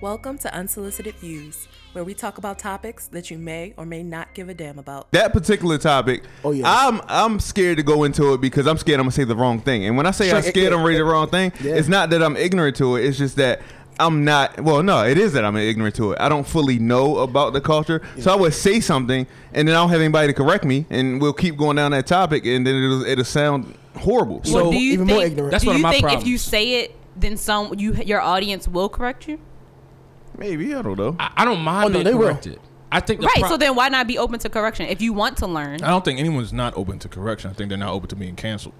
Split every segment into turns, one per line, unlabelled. Welcome to Unsolicited Views, where we talk about topics that you may or may not give a damn about.
That particular topic,
Oh, yeah.
I'm I'm scared to go into it because I'm scared I'm gonna say the wrong thing. And when I say
Sure,
I'm
it-
scared
it-
I'm ready the wrong thing,
Yeah.
it's not that I'm ignorant to it. It's just that I'm not. Well, no, it is that I'm ignorant to it. I don't fully know about the culture, so I would say something, and then I don't have anybody to correct me, and we'll keep going down that topic, and then it'll it'll sound horrible.
So-
do you
even
think,
more ignorant.
That's
do
one of
you
my
think if
problems.
you say it, then some you your audience will correct you?
maybe I don't know.
I, I don't mind
Oh, no,
being
they will.
corrected. I think the
right.
pro-
so then why not be open to correction if you want to learn?
I don't think anyone's not open to correction. I think they're not open to being canceled.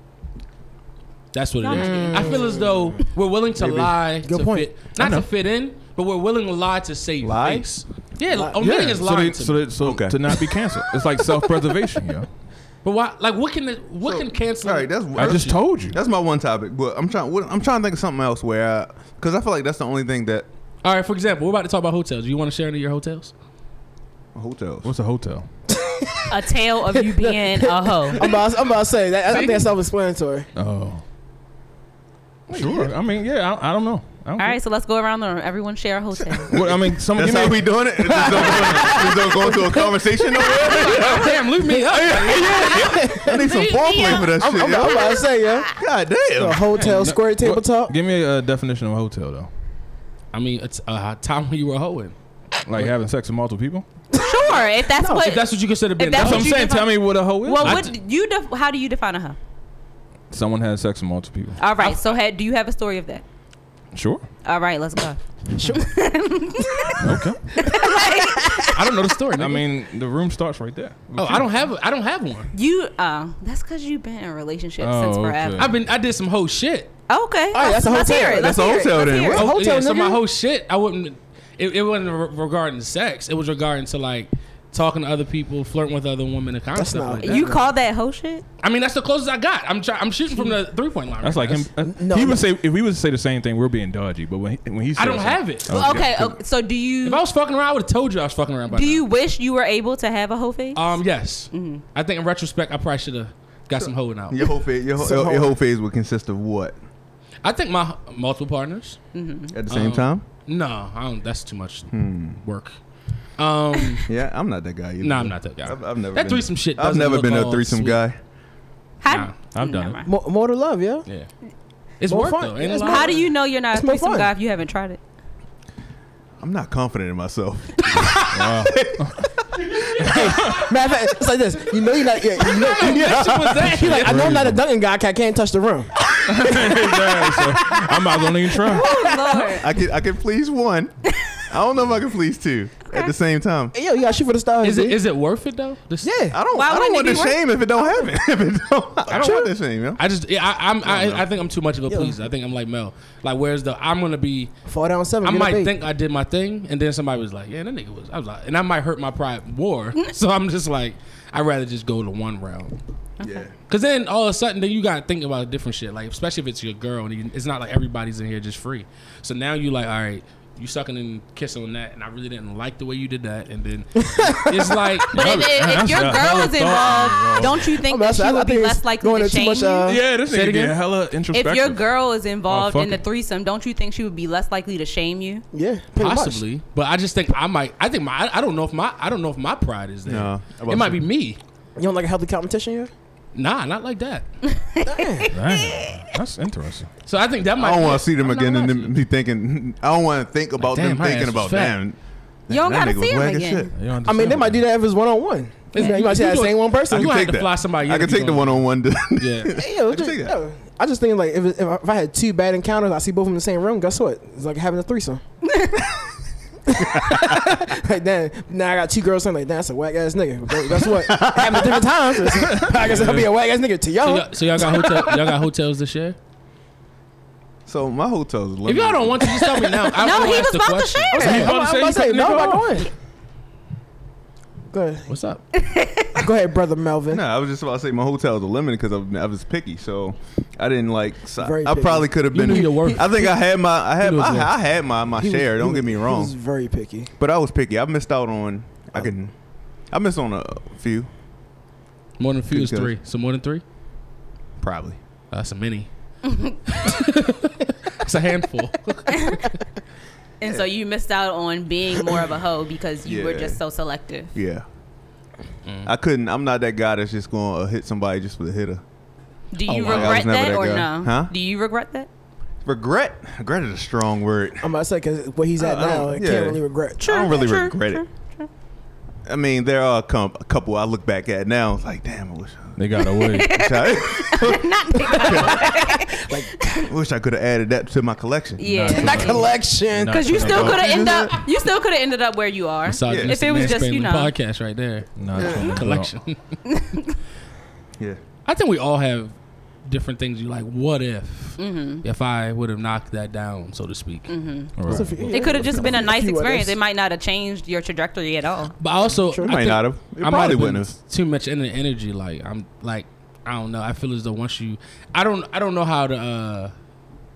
That's what it is. I feel as though we're willing to lie
Good
to
point.
fit, not to fit in, but we're willing to lie to save
Lie?
face. Yeah, like, omitting is lying
so,
to
they, so,
me.
they, so
Okay.
to not be canceled. It's like self-preservation, yo.
But why? Like, what can the, what can cancel?
All right, that's
I just told you.
That's my one topic, but I'm trying. what- I'm trying to think of something else where, because I, feel like that's the only thing that
All right. For example, we're about to talk about hotels. Do you want to share any of your hotels?
hotels.
What's a hotel?
a tale of you being a hoe.
I'm about, I'm about to say that. I, I think that's self-explanatory.
Oh, sure. I mean, yeah. I, I don't know. I don't
All right, so let's go around the room. Everyone share a hotel.
Well, I mean, some
That's
you
how
may
we doing it. Just don't, just don't go into a conversation over there.
Damn, leave me up.
I need some foreplay for that
I'm,
shit.
I'm, I'm
yo.
about to say, yeah.
God
The
damn.
Mm-hmm.
hotel square table
What-
talk.
Give me a uh, definition of a hotel though.
I mean, it's a time when you were hoeing.
Like having sex with multiple people.
Sure, if that's what.
If that's what you consider being.
that's
a
That's
hoe.
what I'm
you
saying.
define-
Tell me what a hoe is.
well,
I-
what you def- how do you define a hoe?
someone has sex with multiple people.
All right, so had, do you have a story of that?
Sure.
All right, let's go.
Okay.
I don't know the story.
I mean, the room starts right there.
oh, I don't have a, I don't have one.
You uh, that's because you've been in a relationship
Oh,
since
okay.
forever.
I've been I did some whole shit.
Okay,
right,
let's,
that's a
let's
hotel.
hear it.
That's
Let's
a hotel
hear it. Let's
then.
hear it.
What-
hotel,
Oh, yeah, so my
nigga?
whole shit, I wouldn't. It, it wasn't re- regarding sex. It was regarding to like talking to other people, flirting with other women, and kind of
That's
stuff
not-
like that.
You call that hoe shit?
I mean, that's the closest I got. I'm try, I'm shooting from the three point line.
That's
right
like
now.
him. uh,
No,
he
no.
would say if we would say the same thing, we're being dodgy. But when he, when he says
I don't
something-
have it.
Oh,
Okay, okay, so do
If
you
I was fucking around, I would have told you I was fucking around. By
do
now.
you wish you were able to have a hoe face?
Um, yes.
Mm-hmm.
I think in retrospect, I probably should have got some hoeing out.
Your whole phase, your, whole-
So-
your whole phase would consist of what
I think my multiple partners.
at the
Um,
same time?
No, I don't. That's too much
Hmm.
work. Um,
Yeah, I'm not that guy. either.
no, I'm not that guy.
I've, I've never
that
been,
threesome shit.
I've
doesn't
never
look
been a
all
threesome
sweet.
guy.
How,
Nah, I've done
Never
it.
mind.
More, more to love, yeah.
Yeah, it's
More
work
fun.
though.
Yeah,
Ain't it
it's
like-
more
How do you know you're not a
It's more
threesome
fun.
guy if you haven't tried it?
I'm not confident in myself.
Matter of fact, it's like this. You know you're not. Yeah, you know, you
What was that?
He like, I know I'm not a dunking guy. 'cause I can't touch the rim.
Yeah, so I'm not gonna even try.
Lord.
I can I can please one. I don't know if I can please two at the same time.
Hey, yo, you got shoot for the stars.
Is it
B.
is it worth it though? This-
yeah.
I don't.
Why
I don't
wouldn't
want
it
the
be worth-
shame if it don't happen. if it don't, I don't want the shame. Yo.
I just yeah, I, I'm I, I think I'm too much of a
Yeah.
pleaser. I think I'm like Mel. Like where's the I'm gonna be.
Fall down seven.
I
get up
might
eight.
think I did my thing, and then somebody was like, "Yeah, that nigga was." I was like, and I might hurt my pride more. so I'm just like, I'd rather just go to one round.
Yeah.
Cause then all of a sudden, then you gotta think about different shit. Like especially if it's your girl, and you, it's not like everybody's in here just free. So now you like, all right, you sucking and kissing on that, and I really didn't like the way you did that. And then it's like,
But if, if, if your
That's a
girl is involved, don't you
I'm
think
about to
that
say,
she would be
it's
less likely
going
to
into uh,
shame you?
Yeah, this
Say it
nigga being
again?
hella introspective.
If your girl is involved
Oh, fuck
in the
it.
threesome, don't you think she would be less likely to shame you?
Yeah, pretty much.
possibly, but I just think I might. I think my. I- I don't know if my. I don't know if my pride is there.
No.
it might be me.
You don't like a healthy competition, yeah?
Nah, not like that.
Dang, that's interesting.
So I think that
I
might.
don't
be
want
it.
to see them
I'm not
again and
lying to
them be thinking. I don't want to think about
damn,
them
her
thinking
ass was
about
fat.
them.
You don't
That
gotta
nigga was
see 'em
whack as
again.
shit.
You
I mean, they might do that if it's one on one. You might see that
do it.
same one
I
person.
can
You gonna
take
have to
that.
fly somebody
I
in
can
to
take
go
the
in.
one on one.
you. Yeah.
Yeah, it was
I can
just,
take that.
yeah. I just think like if, if, I, if I had two bad encounters, I see both of them in the same room. Guess what? It's like having a threesome. like then now I got two girls saying like damn, that's a whack ass nigga. But Guess what? It happened at different times. I guess I'll be a whack ass nigga to
So
y'all.
y'all, so y'all got hotel, y'all got hotels this year.
So my hotel's.
If
limited.
y'all don't want to, just tell me now. I
No,
wanna
he
ask
was
the
about to
question.
share.
I'm,
about to
about
say
to
you
say
sucking
no.
the
I'm
girl
going. Go ahead,
What's up?
go ahead, brother Melvin.
No, I was just about to say my hotel's a lemon because I was picky, so I didn't like. So
Very
I
picky.
probably could have
You
been.
knew your worth.
I think I had my. I had.
You knew his
I,
worth.
I had my my
He was-
share.
he
don't
was-
get me
He
wrong,
was very picky.
but I was picky. I missed out on.
Oh.
I can. I missed on a few,
More than a few is
Good
three. So more than three. Uh,
probably.
That's a mini. it's a handful.
And so you missed out on being more of a hoe because you were
Yeah.
just so selective.
Yeah.
Mm.
I couldn't. I'm not that guy that's just gonna uh, hit somebody just for the hitter.
Do
Oh,
you
wow. I was
regret
never
that,
that
or
guy.
no?
Huh?
Do you regret that?
Regret. Regret is a strong word.
I'm about to say because where he's at
Uh, I- I
now,
don't-
I
yeah.
can't really regret.
I don't really regret
true,
it. I mean, there are a, com- a couple I look back at now. It's like, damn, I wish
They got away.
I, wish I, like, wish I could have added that to my collection.
Yeah.
That collection.
No.
Because you
Nah,
still
nah.
could have ended up. You still could have ended up where you are.
Misogynistic
If it was just
mansplaining
you know,
podcast right there.
Nah, it's not-
Collection.
Yeah.
I think we all have different things you like. What if?
Mm-hmm.
If I would have knocked that down, so to speak.
All right.
it could have just been a nice
few others.
experience. It might not have changed your trajectory at all.
But I also,
It
I
might
think
not have. It
I might
probably
have been
wouldn't have.
too much in the energy. Like I'm like I don't know. I feel as though once you, I don't I don't know how to uh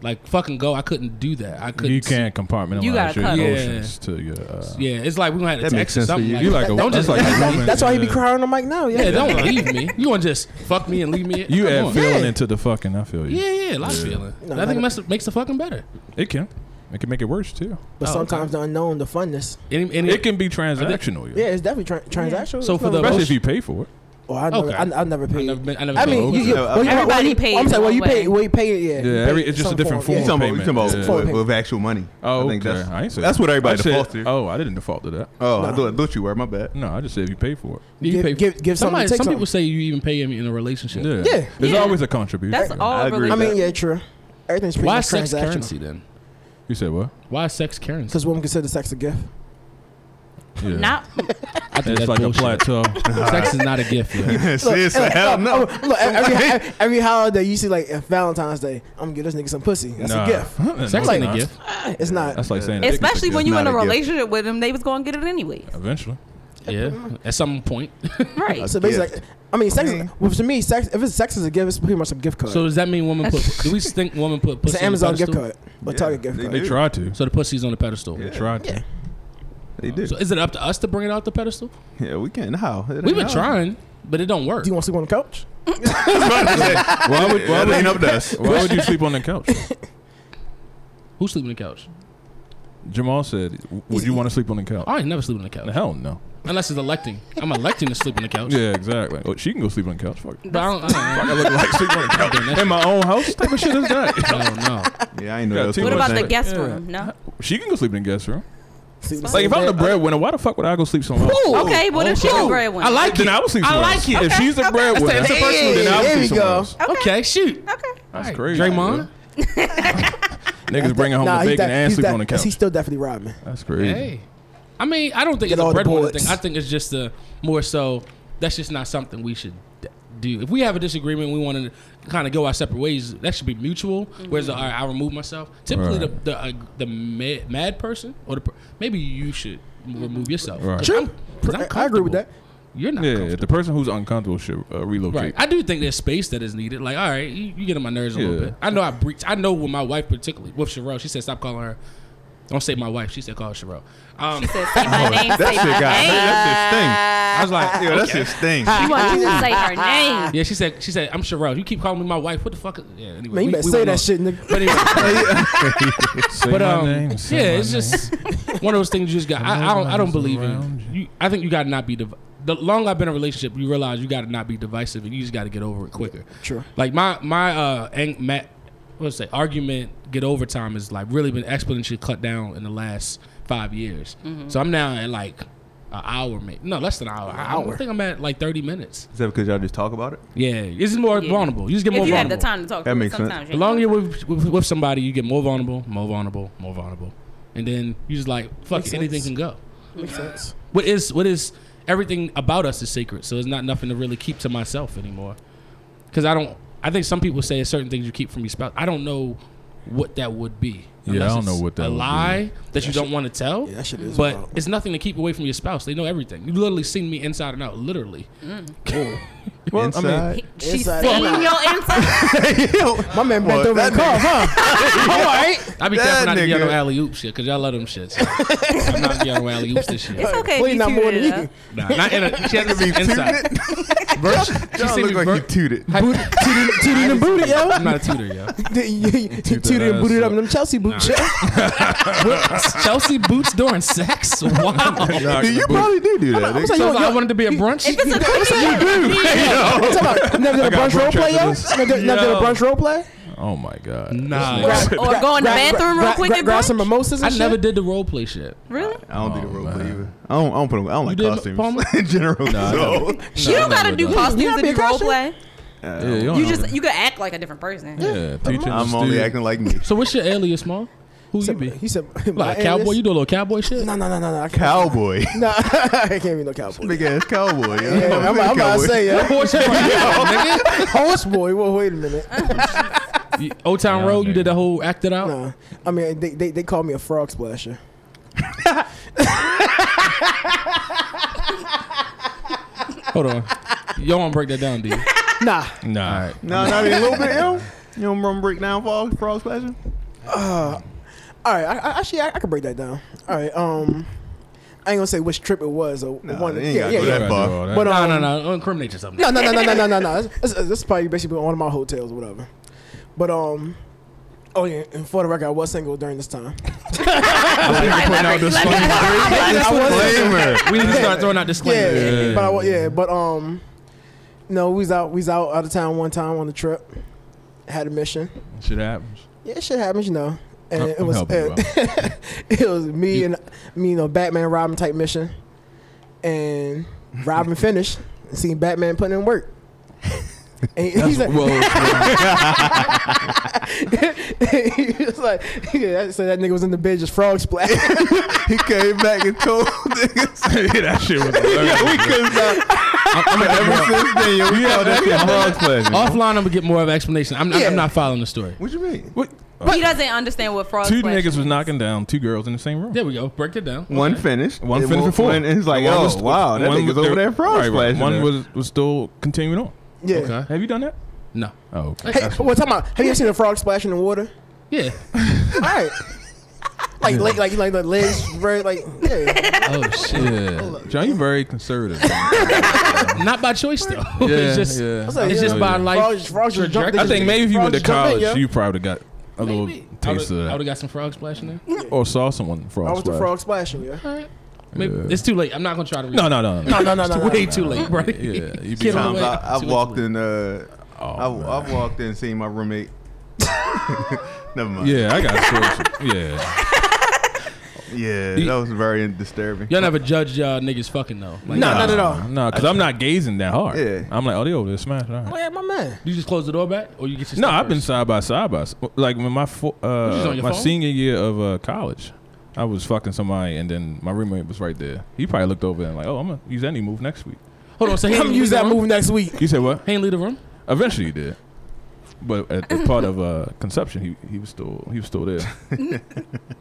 like fucking go. I couldn't do that. I couldn't.
You can't compartmentalize
You gotta
your
cut.
emotions to your. Uh,
Yeah, it's like we gonna have to
That makes
text
sense
or
for
something.
you.
Like,
You like a
don't just
like a
leave
woman.
me.
That's why he be crying on Mike now. Yeah.
Yeah, don't leave me. You want to just fuck me and leave me?
You
Come
add
on.
feeling into the fucking. I feel you.
Yeah, yeah, a lot of feeling.
No,
I think
not-
it must, makes the fucking better.
It can. It can make it worse too.
But
Oh,
sometimes the unknown, the funness.
Any, any,
It can be transactional.
Yeah, it's definitely tra- transactional.
So
It's
for
not-
the-
Especially if you pay for it.
Oh, I never,
Okay.
I, I never
I
paid.
never been. I, never
I
been
mean,
over
you,
it.
you,
No,
well, you, well,
Everybody
you,
pays
I'm sorry, well,
one
you pay,
way.
well, you pay, yeah.
Yeah,
You
every-
pay
it's just a
some
different
You
form.
talking about, you
payment.
talking about
Yeah.
Full
with,
payment.
with actual money?
Oh,
I think
okay.
that's,
I ain't say
that's what everybody
I said-
defaults to. Oh,
Oh, I didn't default to that.
I, thought, I thought you were. My bad.
No, I just said if you pay for it.
You
Give-
pay-
give- give something,
Somebody,
take
some
something.
people say you even pay him in a relationship.
Yeah.
Yeah.
There's
Yeah.
always a contribution.
That's all.
I agree
I
really.
with
mean, yeah, true. Everything's pretty
Why
much
is sex
transactional.
currency then?
You said what?
Why is sex currency?
Because women consider sex a gift.
Yeah.
Not
I think
it's
that's
like
bullshit.
a plateau.
Sex is not a gift. yo.
Sis,
look,
hell
look,
no.
oh, look, every, every, every holiday, you see, like, if Valentine's Day, I'm going to get this nigga some pussy. That's
Nah.
a gift.
No,
Sex
it's
ain't a
not.
gift.
It's not.
That's like saying dick is a
especially
gift.
when you
not
in a,
a gift.
relationship with them, they was gonna get it anyway.
Eventually.
Yeah. At some point.
Right.
So basically,
gift.
like, I mean, sex.
Mm.
Is, well, to me, sex. If it's sex is a gift, it's pretty much a gift card.
So does that mean women put? do we think women put
it's
pussy?
an Amazon
on the
gift
pedestal?
card, but
Yeah,
Target gift
they
card.
do.
They tried to.
So the pussy's on the pedestal.
Yeah.
They tried to.
Yeah.
They do.
So is it up to us to bring it off the pedestal?
Yeah, we can't. How? It
We've
ain't
been
how.
trying, but it don't work.
Do you want to sleep on the couch?
Why would why
That ain't
would,
up to us.
why would you sleep on the couch?
Who's sleeping on the couch?
Jamal said, "Would you want to sleep on the couch?"
Oh, I ain't never sleeping on the couch
Hell no.
unless it's electing. I'm electing to sleep on the couch.
Yeah, exactly. Well, she can go sleep on the couch. Fuck. it.
But I don't, I
I look like sleep on the couch
don't, I
in my own house. Type of shit is that?
don't know.
Yeah, I ain't
Got
know.
two
What about the
Yeah.
guest room? No.
She can go sleep in the guest room.
Sleep in the uh,
Like if
same
I'm the
bed?
breadwinner, why the fuck would I go sleep somewhere? else?
Okay. What if she the breadwinner?
Oh, I like
Then
it.
I would sleep somewhere.
I
else.
like it.
If she's the breadwinner,
It's a personal,
then I would
there
sleep
we
somewhere
go.
else.
Okay, shoot.
That's
All right.
crazy.
Draymond.
dude. Niggas bringing home
Nah, he's
the bacon
de-
and
he's
sleep
de-
on the
yes, He's
couch.
still definitely robbing.
That's crazy.
Hey, I mean, I don't think
Get
it's a
all the
breadwinner
bullets.
thing. I think it's just a more so. That's just not something we should d- do. If we have a disagreement, we want to kind of go our separate ways. That should be mutual. Whereas, all right, I remove myself. Typically,
Right.
the the, uh, the mad, mad person or the per- maybe you should remove yourself.
Right.
'Cause
True.
I'm- 'cause I'm
I agree with
comfortable.
that.
You're not.
Yeah,
comfortable.
the person who's uncomfortable should uh, relocate.
Right. I do think there's space that is needed. Like, all right, you, you get on my nerves a
Yeah.
little bit. I know I breach. I know with my wife particularly, with Sherelle, she said stop calling her. Don't say my wife. She said call her Sherelle. Um,
Say my name.
That shit got. That's
I was like,
his thing. Yeah, that's his thing.
You want you to say her name?
Yeah, she said. She said, "I'm Sherelle. You keep calling me my wife. What the fuck?" is-" Yeah. Anyway,
Man, you
we-
better
we
say
went
that
on.
shit, nigga.
But anyway,
Say
but
my
um,
name, say
yeah,
my
it's just one of those things. You just got. I, I don't. I don't believe in.
Around you.
You. I think you got to not be. Div- the longer I've been in a relationship, you realize you got to not be divisive, and you just got to get over it quicker.
Sure.
Like my my uh ang- ma- what's say argument get over time is like really been exponentially cut down in the last five years.
Mm-hmm.
So I'm now at like an hour, maybe no less than an hour. I, I
hour.
think I'm at like 30 minutes.
Is that because y'all just talk about it?
Yeah, it's more
Yeah.
vulnerable. You just get more
If you have
vulnerable.
the time to talk,
That
to her,
makes sense.
sometimes
The longer you're with, with, with somebody, you get more vulnerable, more vulnerable, more vulnerable, and then you just like fuck
Makes
it, anything
sense.
can go.
Makes sense.
What is what is everything about us is sacred, so it's not nothing to really keep to myself anymore. Because I don't, I think some people say certain things you keep from your spouse. I don't know what that would be.
Yeah, I
Unless
don't know
it's
what that
a
would be.
lie that you don't want to tell.
Yeah, that shit is
But
wild.
it's nothing to keep away from your spouse. They know everything. You've literally seen me inside and out, literally.
Well, I
Inside.
mean,
She's
Inside.
seeing your inside.
my man bent
Well,
over
that
and cough, huh? I'm all right.
I be
That
careful not to be on
nigga.
no alley oop shit because y'all love them shits. I'm not be on no alley oops this year.
It's okay.
Please
if you
not
two
more
did
than
it,
you.
though.
Nah, not in a. She has to be inside.
Bro,
see
y'all
me
look like you
burp.
tooted.
Booty, tooting, tooting and booty, yo.
I'm not a tutor, yo.
Tooted and booted up in them Chelsea boots.
What? Chelsea boots during sex? Wow.
Nah,
Dude, you probably do do that.
I'm
nigga.
saying,
So
yo,
if I
yo,
wanted to be a brunch.
If it's a cookie, you do.
Talking about never did a
got
brunch role
brunch
play,
after
yo?
this.
Never did- never did a
Yo.
brunch role play?
Oh my god.
Nah.
This
Or- or go in the bathroom real quick and
grab some
brunch?
mimosas and
I never
shit?
did the role play shit.
Really?
I don't do the
Oh,
role
man.
play either. I don't. I don't put them. I don't like
did Palmer?
costumes in general.
Nah, I
so.
you don't gotta do
You
costumes
gotta
and
be a
do role
costume.
play.
Yeah, you, don't
You
know.
just you could act like a different person.
yeah. Three
I'm only acting like me.
So what's your alias, Ma? Who you be?
He said, my
Like a cowboy?
alias-
You do a little cowboy shit?
No, no, no, no, no. I can't-
Cowboy.
No, I can't be no cowboy.
Big ass cowboy. yo.
Yeah, I'm, I'm about to say, yeah.
Horse Nigga.
Horse boy. Well, wait a minute.
You- Old Town
Yeah,
Road, you
nigga.
did the whole act it out?
Nah, I mean, they, they, they call me a frog splasher.
Hold on. Y'all want to break that down, dude.
Nah.
Nah.
No, not even a little bit, yo. You don't run break down frog, frog splashing?
All right. I, I, actually, I, I can break that down. All right. Um, I ain't gonna say which trip it was. Or
Nah,
one.
they ain't
Yeah,
gotta
yeah,
go
yeah.
that far.
But
No,
um,
no, no. Don't Uh, incriminate yourself.
no, no, no, no, no, no, no, no. This, this is probably basically one of my hotels, or whatever. But um, oh yeah. And for the record, I was single during this time. I was.
Disclaimer.
We need to start throwing out disclaimers.
Yeah,
Yeah.
but I, wa- yeah, but um, no, we was out, we was out out of town one time on the trip. Had a mission.
Shit happens.
Yeah, shit happens, you know. And
I'm-
it
I'm
was
helping you
uh, it was me
You-
and me, you know, Batman Robin type mission. And Robin finished and seen Batman putting in work. And he- he's like, he was like, yeah, so that nigga was in the bed just frog splash.
He came back and told niggas.
yeah, that shit was hilarious.
yo, we couldn't stop.
I'm gonna
Ever since then, yo, we called that shit frog splashing.
Offline, I'm gonna get more of an explanation. I'm not,
Yeah.
I'm not following the story.
What you mean?
What?
He doesn't understand what frog
Two
splash
niggas
is.
was knocking down two girls in the same room.
There we go. Break it down.
One finished.
One
and
finished before.
one- And he's like,
One
oh,
was-
wow, that
one
nigga's
was-
over there frog
right, right.
splashing.
One
there.
was was still continuing on.
yeah.
Okay.
Have you done that?
No.
Oh, okay.
Hey, well, talking about, have you ever seen a frog splash in the water?
Yeah.
All right. Like, like, like, like the legs, very, like, yeah.
Oh shit.
Yeah. John, you very conservative.
Not by choice though.
Yeah,
it's just
yeah. Oh,
It's like,
it's just
yeah.
by life.
Frogs- frogs just jump-
trajectory.
I think maybe if you went to
Frogs jump in,
college,
yeah.
you probably got a little
I
taste
would
of
have
that,
got some frog splashing there.
or saw someone frog.
I was the
splash.
frog splashing, yeah.
Uh-huh.
Maybe
Yeah.
it's too late. I'm not gonna try to. Read
No, no, no, no.
No, no, no, no.
It's way too late, bro.
Yeah, you be
Get on
Times
the way.
I, I've
Too
walked
late.
in. Uh,
Oh, man.
I, I've walked in, and seen my roommate. Never mind.
Yeah, I got stories. Yeah,
yeah,
You-
that was very disturbing.
Y'all never judge y'all niggas fucking though. Like,
No, not at all.
No, because I'm not gazing that hard.
Yeah.
I'm like, oh, they over there smashing. all right.
Oh, yeah, my man.
You just close the door back, or you get your
No,
stuff
I've been
first?
side by side by s- like when my fo-
just
uh,
on your
my
phone?
senior year of uh, college, I was fucking somebody, and then my roommate was right there. He probably looked over and like, oh, I'm gonna use any move next week.
Hold on, so he
I'm
ain't
gonna
leave
use
the
that
room?
move next week.
You said what?
He ain't leave the room.
Eventually, he did. But at, as part of uh, conception, he he was still he was still there.
Did,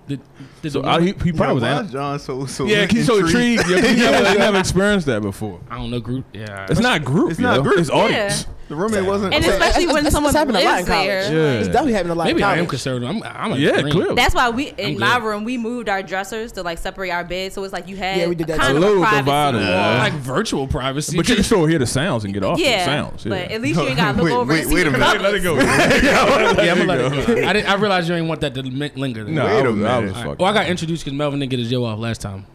did
So
the
I,
room-
he, he
Yeah,
probably
why
was.
is John so so
An- yeah, he's so
intrigued?
intrigued. Yeah, he never, he never experienced that before.
I don't know group. Yeah,
It's not group.
It's
you
not
know?
group.
It's audience.
The roommate wasn't.
And
upset.
especially when someone
happening
lives
in college.
there.
Yeah.
It's definitely happening a lot
Maybe
in
I
college.
am conservative. I'm. I'm a
Yeah,
green.
clearly.
That's why we in
good.
my room we moved our dressers to like separate our beds, so it's like you had
Yeah, we did that
kind
too.
of
A little
privacy
divided.
wall.
Yeah.
Like virtual privacy.
But you can still hear the sounds and get off
yeah,
the sounds. Yeah.
but at least you ain't got to look
Wait,
over
wait,
and see
wait a
the
minute.
bubbles.
go. yeah,
I'm gonna let it go. I, didn't, I realized you ain't want that to li- linger. there.
No,
Wait
I
a
was, I was
minute.
fucking.
All right. Well, I got introduced because Melvin didn't get his yo off last time.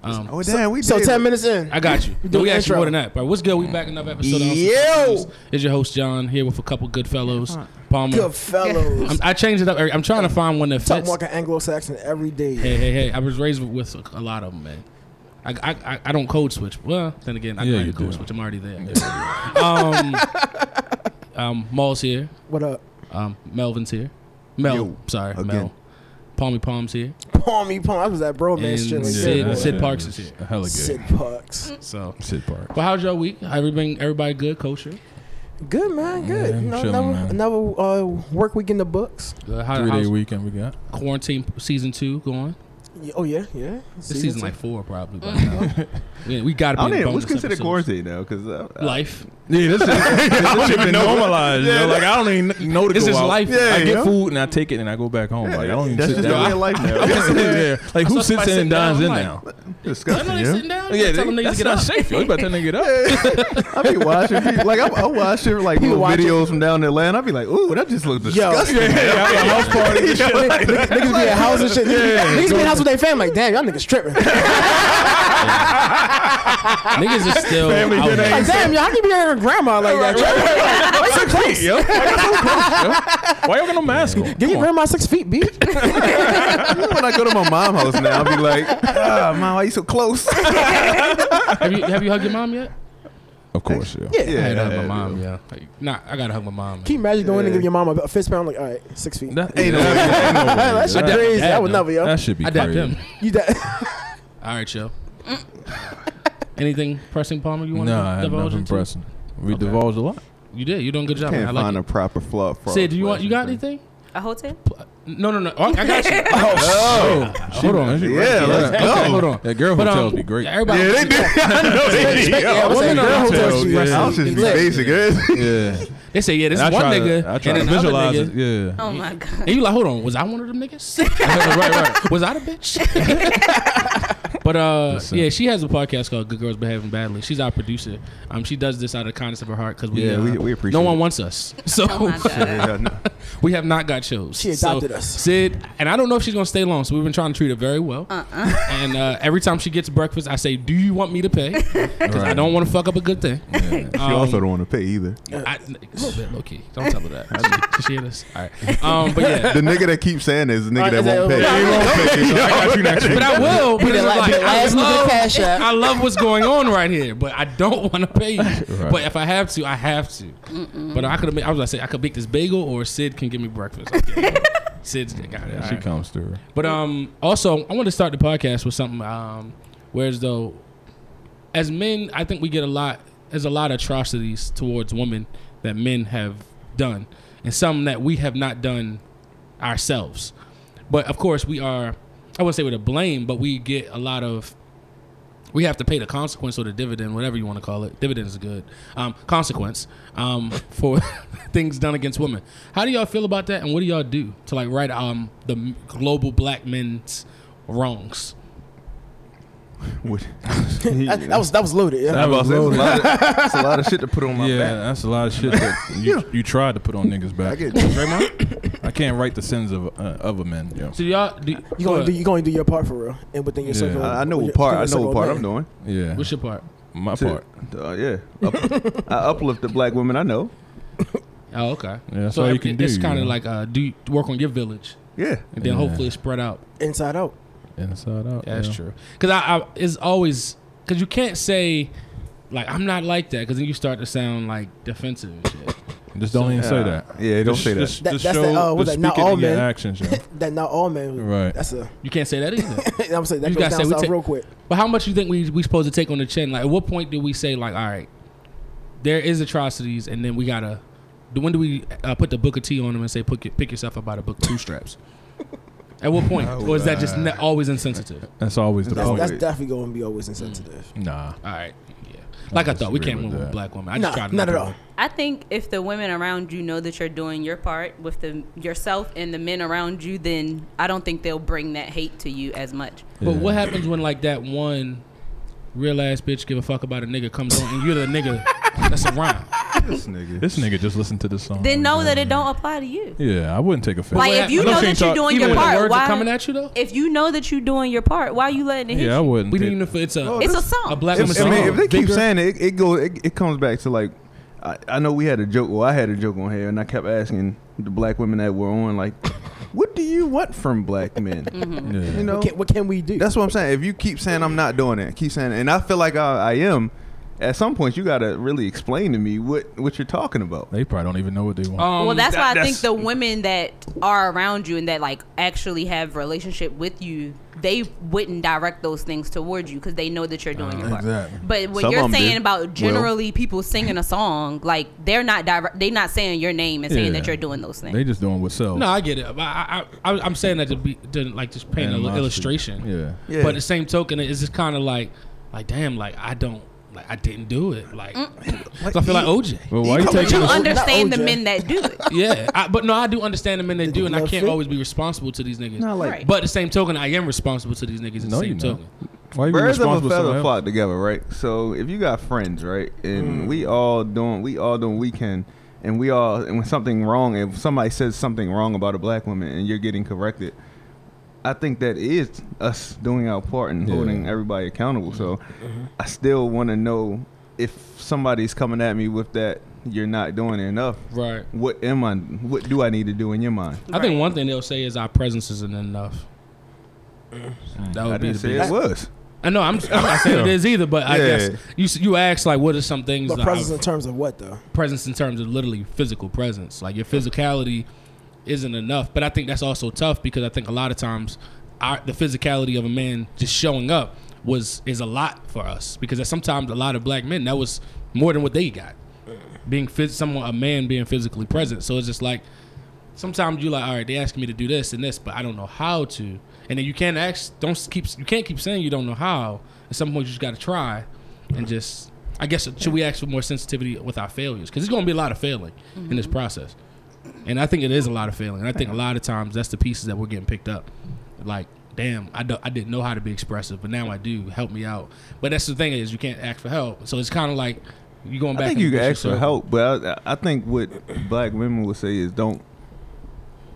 Um,
oh damn, we
So
did.
ten minutes in.
I got you.
do
we
an
actually
intro.
more than that, bro. What's good? We back in another episode. of
Yo!
is your host John here with a couple good fellows. Palmer.
Good fellows.
I'm, I changed it up. every- I'm trying to find one that
Talk
fits.
more like an Anglo-Saxon every day.
Hey, hey, hey! I was raised with a, a lot of them, man. I, I, I- I don't code switch. Well, then again, I
Yeah,
know
you
you code
do.
switch. I'm already there. um, um, Maul's here.
What up?
Um, Melvin's here. Mel,
Yo,
sorry,
again.
Mel. Palmy Palm's here.
Palmy Palm. I was that bro man
And
shit. Like,
Sid-
Sid,
that
Sid
was
Parks is here.
Hella good.
Sid
Sid,
Parks.
So,
Parks.
well, how's your week? Everything, everybody good? Kosher?
Good man. Good.
Yeah,
you know,
chilling, man.
another another uh, work week in the books.
Good. How,
Three day
how's
weekend we got.
quarantine season two going?
Yeah, Oh yeah, yeah.
This season like four probably. By now. yeah, we got to be.
I
in
don't even.
bonus
What's considered
episodes.
quarantine though? Because uh, uh,
Life.
Yeah, this is this shit been normalized.
Yeah,
yo. Like I don't even know to
This
go
is
out.
life.
Yeah,
I
you
get
know?
food and I take it and I go back home. like I don't even
that's
sit
just the way
down.
of life now.
I'm just sitting there. Like
That's
who
why
sits in and
sitting down,
dines in
I'm
now?
I know
Disgusting.
they
yeah.
sitting down.
Yeah,
Yeah, telling niggas
that's
to get
not
up.
safe. Yo, you about to tell them to get up.
I be watching people, like I'm, I'm watching like little
watching-
videos from down in Atlanta. I be like, ooh, that just looks disgusting.
Yeah, yeah, yeah, house party. and shit.
niggas be at house and shit. niggas be at house with their family. Like, damn, y'all niggas tripping. like,
Niggas is still
Family
out
dinner.
here.
damn, y'all can be at her grandma like that. What's your place?
Yo, why y'all so close, yo? Why y'all got no mask on?
Give
Come
your
on.
grandma six feet, B.
Even when I go to my mom's house now, I be like, ah, mom, why you so close? yeah,
Have you have you hugged your mom yet?
Of course, yo.
Yeah.
I gotta hug my mom. Yeah, Like, nah, I gotta hug my mom.
Can you imagine going and giving your mom a fist pound? Like, all right, six feet.
That,
Ain't no-
ain't no way,
That's
yo.
I dap-
crazy.
dap
I would
them.
never, yo.
That should be
I dapped
crazy.
him.
You that?
All right, yo. Anything pressing, Palmer? You want
Nah, I
to
have
divulge
nothing
into?
pressing. We
Okay.
divulge a lot.
You did. You're doing a good job. man. I
Can't
like
find
it.
a proper fluff. for-
Sid, do you want? You got
for-
anything?
A hotel?
No, no, no. Oh, I got you. oh,
Oh, hold on.
Yeah, let's
Okay,
go.
Hold on. That girl
But, um,
hotels be great.
Everybody,
Yeah, they do. I know they do.
Yeah, what's
women
that?
are
Girl
hotels,
hotels,
yeah.
you-
I'll just be basic. eh?
Yeah.
They say, yeah, this
And I
one
try
nigga,
To, I try
and
to
then another
visualize
nigga.
it. Yeah.
Oh my god.
And you like, hold on, was I one of them niggas?
right, right.
was I the bitch? but uh,
Listen.
yeah, she has a podcast called "Good Girls Behaving Badly." She's our producer. Um, she does this out of the kindness of her heart because we,
Yeah,
uh,
we- we appreciate
no one
it.
wants us, so
Oh my god.
Yeah, no.
we have not got shows.
She
So
adopted us.
Sid, and I don't know if she's gonna stay long, so we've been trying to treat her very well. Uh-uh. And uh, every time she gets breakfast, I say, "Do you want me to pay?" Because I
Right.
don't want to fuck up a good thing.
She
Um,
also don't want to pay either.
I, a little bit low key. Don't tell her that. Does she, does she hear this? All right. Um, but yeah.
The nigga that keeps saying this is the nigga that
is that-
won't pay.
Yeah, he
I got you next
But
week.
I will. But
Be the
it's
la-
like, "Oh."
be the
I,
last nigga
love,
cash out.
I love what's going on right here, but I don't want to pay you. But if I have to, I have to. But I could. I was gonna say I could bake this bagel, or Sid can give me breakfast. Okay. Sid's got it. all
She
right.
comes through.
But um, also I want to start the podcast with something. Um, whereas though, as men, I think we get a lot. There's a lot of atrocities towards women that men have done, and some that we have not done ourselves. But of course, we are. I wouldn't say we're to blame, but we get a lot of. We have to pay the consequence or the dividend, whatever you want to call it. Dividend is good. Um, consequence um, for things done against women. How do y'all feel about that, and what do y'all do to like right um, the m- global black men's wrongs?
That that was that was loaded. Yeah.
That was a lot of- That's a lot of shit to put on my
yeah,
back.
that's a lot of shit that you, you tried to put on niggas
I
back.
get
Draymond,
I can't write the sins of uh, other men. Yo.
so y'all, do,
You gonna
what?
do you gonna do your part for real and within your
Yeah.
circle.
I, I know what
your-
part.
your
I know
circle
what
of
part
men.
I'm doing.
Yeah.
What's your part?
my
To-
part?
uh, yeah, Up- I uplift the black women I know.
Oh, okay.
Yeah, that's
so
all you
it-
can do,
It's
you
kind of
know?
like uh, do you work on your village,
Yeah,
and then
Yeah.
hopefully spread out.
Inside out.
Inside out.
Yeah, that's
yo.
true. Because I, I it's always because you can't say like I'm not like that because then you start to sound like defensive and shit.
Just don't even say
Yeah.
that.
Yeah, don't
Just-
say that.
Just,
That-
just
that's
show,
the, uh, what's
just
that? Not
speak it
all
in your
men.
actions. Yo.
That not all men.
Right.
That's a.
You can't say that either.
I'm saying that
You
goes
gotta say
down
we
south
take-
real quick.
but how much you think we we supposed to take on the chin? Like, at what point do we say like, all right, there is atrocities, and then we gotta. When do we uh, put the book of tea on them and say pick, pick yourself up by the book of two straps? At what point, or is that just ne- always insensitive?
That's always the
That's,
point.
that's definitely gonna be always insensitive.
All
nah.
right. Yeah. Like I, thought, we
disagree
can't
with
win with
that.
black women. I just
Nah,
tried to
not
make
at
it
all.
work.
I think if the women around you know that you're doing your part with the yourself and the men around you, then I don't think they'll bring that hate to you as much.
But
Yeah.
what happens when like that one real ass bitch give a fuck about a nigga comes on and you're the nigga that's around?
this nigga.
This nigga just listened to this song.
Then know that it don't apply to you.
Yeah, I wouldn't take offense.
Like
what
if you
happened?
know
I know
that
she
you're
ain't talk-
doing
Even when
your
the
part,
words are coming
why?
at you though,
If you know that you're doing your part, why you letting it hit
yeah, I
you?
wouldn't.
we
take-
didn't even if it's a
Oh,
It's a
this-
song.
a black woman
If, I
song.
mean, if they keep
Bigger-
saying it, it, it goes. It, it comes back to like, I, I know we had a joke. Well, I had a joke on here, and I kept asking the black women that were on, like, what do you want from black men?
Yeah.
You know,
What can, what can we do?
that's what I'm saying. If you keep saying I'm not doing it, keep saying, it, and I feel like I, I am. at some point you gotta really explain to me what what you're talking about.
They probably don't even know what they want.
Um,
well, that's
that-
why I think
that's-
the women that are around you and that like actually have relationship with you, they wouldn't direct those things towards you because they know that you're doing your part.
exactly.
But when
Some
you're
of 'em
saying
do. Well.
about generally people singing a song, like they're not direct, they're not saying your name and saying
Yeah.
that you're doing those things.
they just doing what sells.
Oh. no, I get it. But I, I, I, I'm saying that to be to like just paint an
Animosity.
illustration.
Yeah.
Yeah.
But the same token, it's just kind of like, like damn, like I don't, like I didn't do it. Like, so I feel like OJ.
But why you
But you
taking?
you
Not
this-
understand the
OJ.
men that do it.
yeah, I, but no, I do understand the men that do, and I
love
can't
fit?
always be responsible to these niggas.
like
Right.
But the same token, I am responsible to these niggas. At the
No,
same
you not.
token,
Why you
birds of a
responsible for
feather
someone else?
flock together, right? So if you got friends, right, and we all doing we all doing we can, and we all and when something wrong, if somebody says something wrong about a black woman and you're getting corrected, I think that is us doing our part and
Yeah.
holding everybody accountable. So I still want to know if somebody's coming at me with that you're not doing enough.
right?
What am I? What do I need to do in your mind?
I think one thing they'll say is our presence isn't enough. That
Mm. I
would be
didn't
the
say
biggest.
it was.
I know. I'm, I'm not saying it is either, but I
Yeah.
guess you s- you asked like, what are some things?
But
that
presence in
I've-
terms of what though?
presence in terms of literally physical presence. Like your physicality isn't enough. But I think that's also tough because I think a lot of times our, the physicality of a man just showing up was is a lot for us because sometimes a lot of black men that was more than what they got. Being phys- someone a man being physically present. So it's just like sometimes you like all right they asking me to do this and this but i don't know how to and then you can't ask don't keep you can't keep saying you don't know how at some point you just got to try and just i guess uh, should we ask for more sensitivity with our failures because it's going to be a lot of failing in
Mm-hmm.
this process and i think it is a lot of failing and i think a lot of times that's the pieces that we're getting picked up like damn I, don't- I didn't know how to be expressive but now i do help me out but that's the thing is you can't ask for help so it's kind of like you going back
I think
in
you
the
can ask
vicious
for
circle.
help, but I, I think what black women would say is don't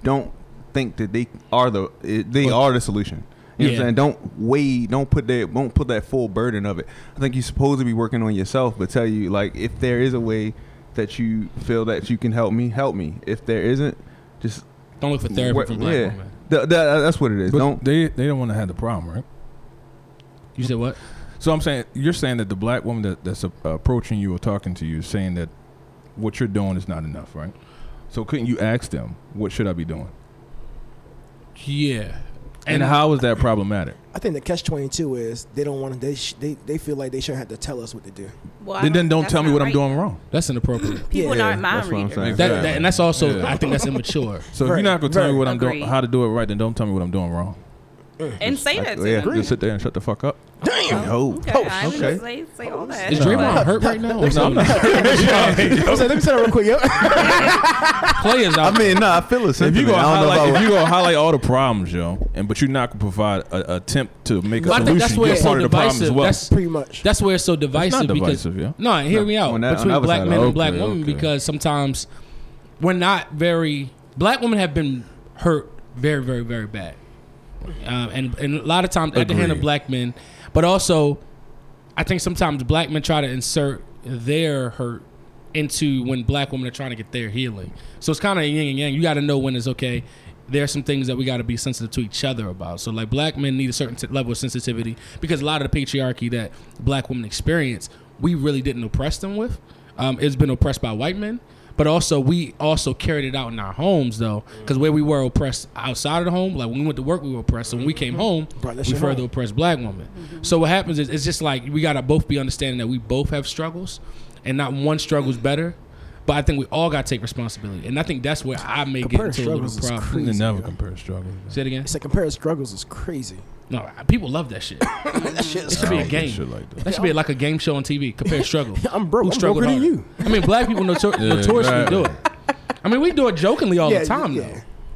don't think that they are the eh, they
Well-
are the solution. You know
Yeah.
what I'm saying? Don't weigh, don't put that, don't put that full burden of it. I think you're supposed to be working on yourself, but tell you like if there is a way that you feel that you can help me, help me. If there isn't, just
don't look for therapy
work-
from black
yeah.
women
Th- that- that's what it is.
But
don't
they they don't want to have the problem, right?
you said what
So I'm saying you're saying that the black woman that, that's uh, approaching you or talking to you is saying that what you're doing is not enough, right? So couldn't you ask them what should I be doing?
yeah
And, how is that problematic?
I think the catch twenty two is they don't want to. They, sh- they they feel like they shouldn't have to tell us what to do.
Well, I
Then then don't
that's
tell me
not
what I'm
right.
doing wrong.
That's inappropriate.
People
Yeah,
aren't mind
that's what I'm
readers.
saying.
that, that- and that's also,
Yeah.
I think that's immature.
So if
Right,
you're not gonna tell me
right.
what I'm doing,
Agreed.
how to do it right, then don't tell me what I'm doing wrong.
And say that to
Yeah.
them.
Just sit there and shut the fuck up.
Damn.
Oh,
no.
Oh, Okay, I would
Okay.
say, say all that.
Is Draymond hurt right now? Or something?
Let me say- let me say that real quick. Yo.
Players
I
out.
mean, nah, I feel it.
If you gonna
I don't know
highlight,
about-
if you gonna highlight all the problems, yo, and but you're not gonna provide a attempt to make a
Well, I think
solution,
that's where
you're
it's
part
so
of the problem as
divisive.
well.
That's
Pretty much.
that's where it's so divisive.
divisive,
because
yeah.
no, hear me out.
on that- on
Between
that
black
side,
men
okay,
and black women,
okay.
because sometimes we're not very. Black women have been hurt very, very, very bad, um, and and a lot of times at the hand of
Agreed.
black men, but also I think sometimes black men try to insert their hurt into when black women are trying to get their healing. So it's kind of yin and yang. You got to know when it's okay. There are some things that we got to be sensitive to each other about. So like black men need a certain t- level of sensitivity because a lot of the patriarchy that black women experience, we really didn't oppress them with. Um, it's been oppressed by white men. But also, we also carried it out in our homes, though, because where we were oppressed outside of the home, like when we went to work, we were oppressed. So when we came home,
Mm-hmm. Brought that
we
shit
further
home.
oppressed black woman. So what happens is it's just like we gotta both be understanding that we both have struggles, and not one struggle's better. But I think we all gotta take responsibility, and I think that's where I may get
Comparing
into a
struggles
little
is
problem.
crazy.
They never compare struggles.
Say it again.
It's like comparing struggles is crazy.
No, people love that shit.
that shit
It
is
should be
I
a
don't do
game.
shit like that.
That should be like a game show on TV. Compare struggle.
I'm broke.
Who
I'm
struggled
broker than
harder? I mean, black people notor- notoriously
right.
do it. I mean, we do it jokingly all the time though.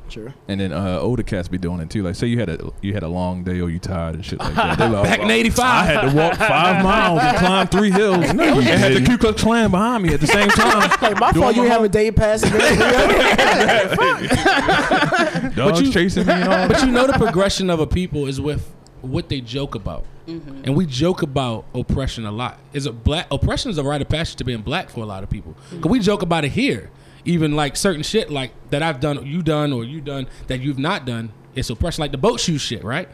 Sure.
And then uh, older cats be doing it too. Like, say you had a you had a long day or you tired and shit like that. They like,
Back in
I
'85,
had to walk five miles and climb three hills. No, you had the Ku Klux Klan behind me at the same time.
Like my
Doing
fault, you
my
have a day pass. and then-
Dogs
you-
chasing me and all.
but you know the progression of a people is with what they joke about and we joke about oppression a lot is a black oppression is a rite of passage to being black for a lot of people 'Cause we joke about it here even like certain shit like that i've done you done or you done that you've not done it's oppression like the boat shoe shit right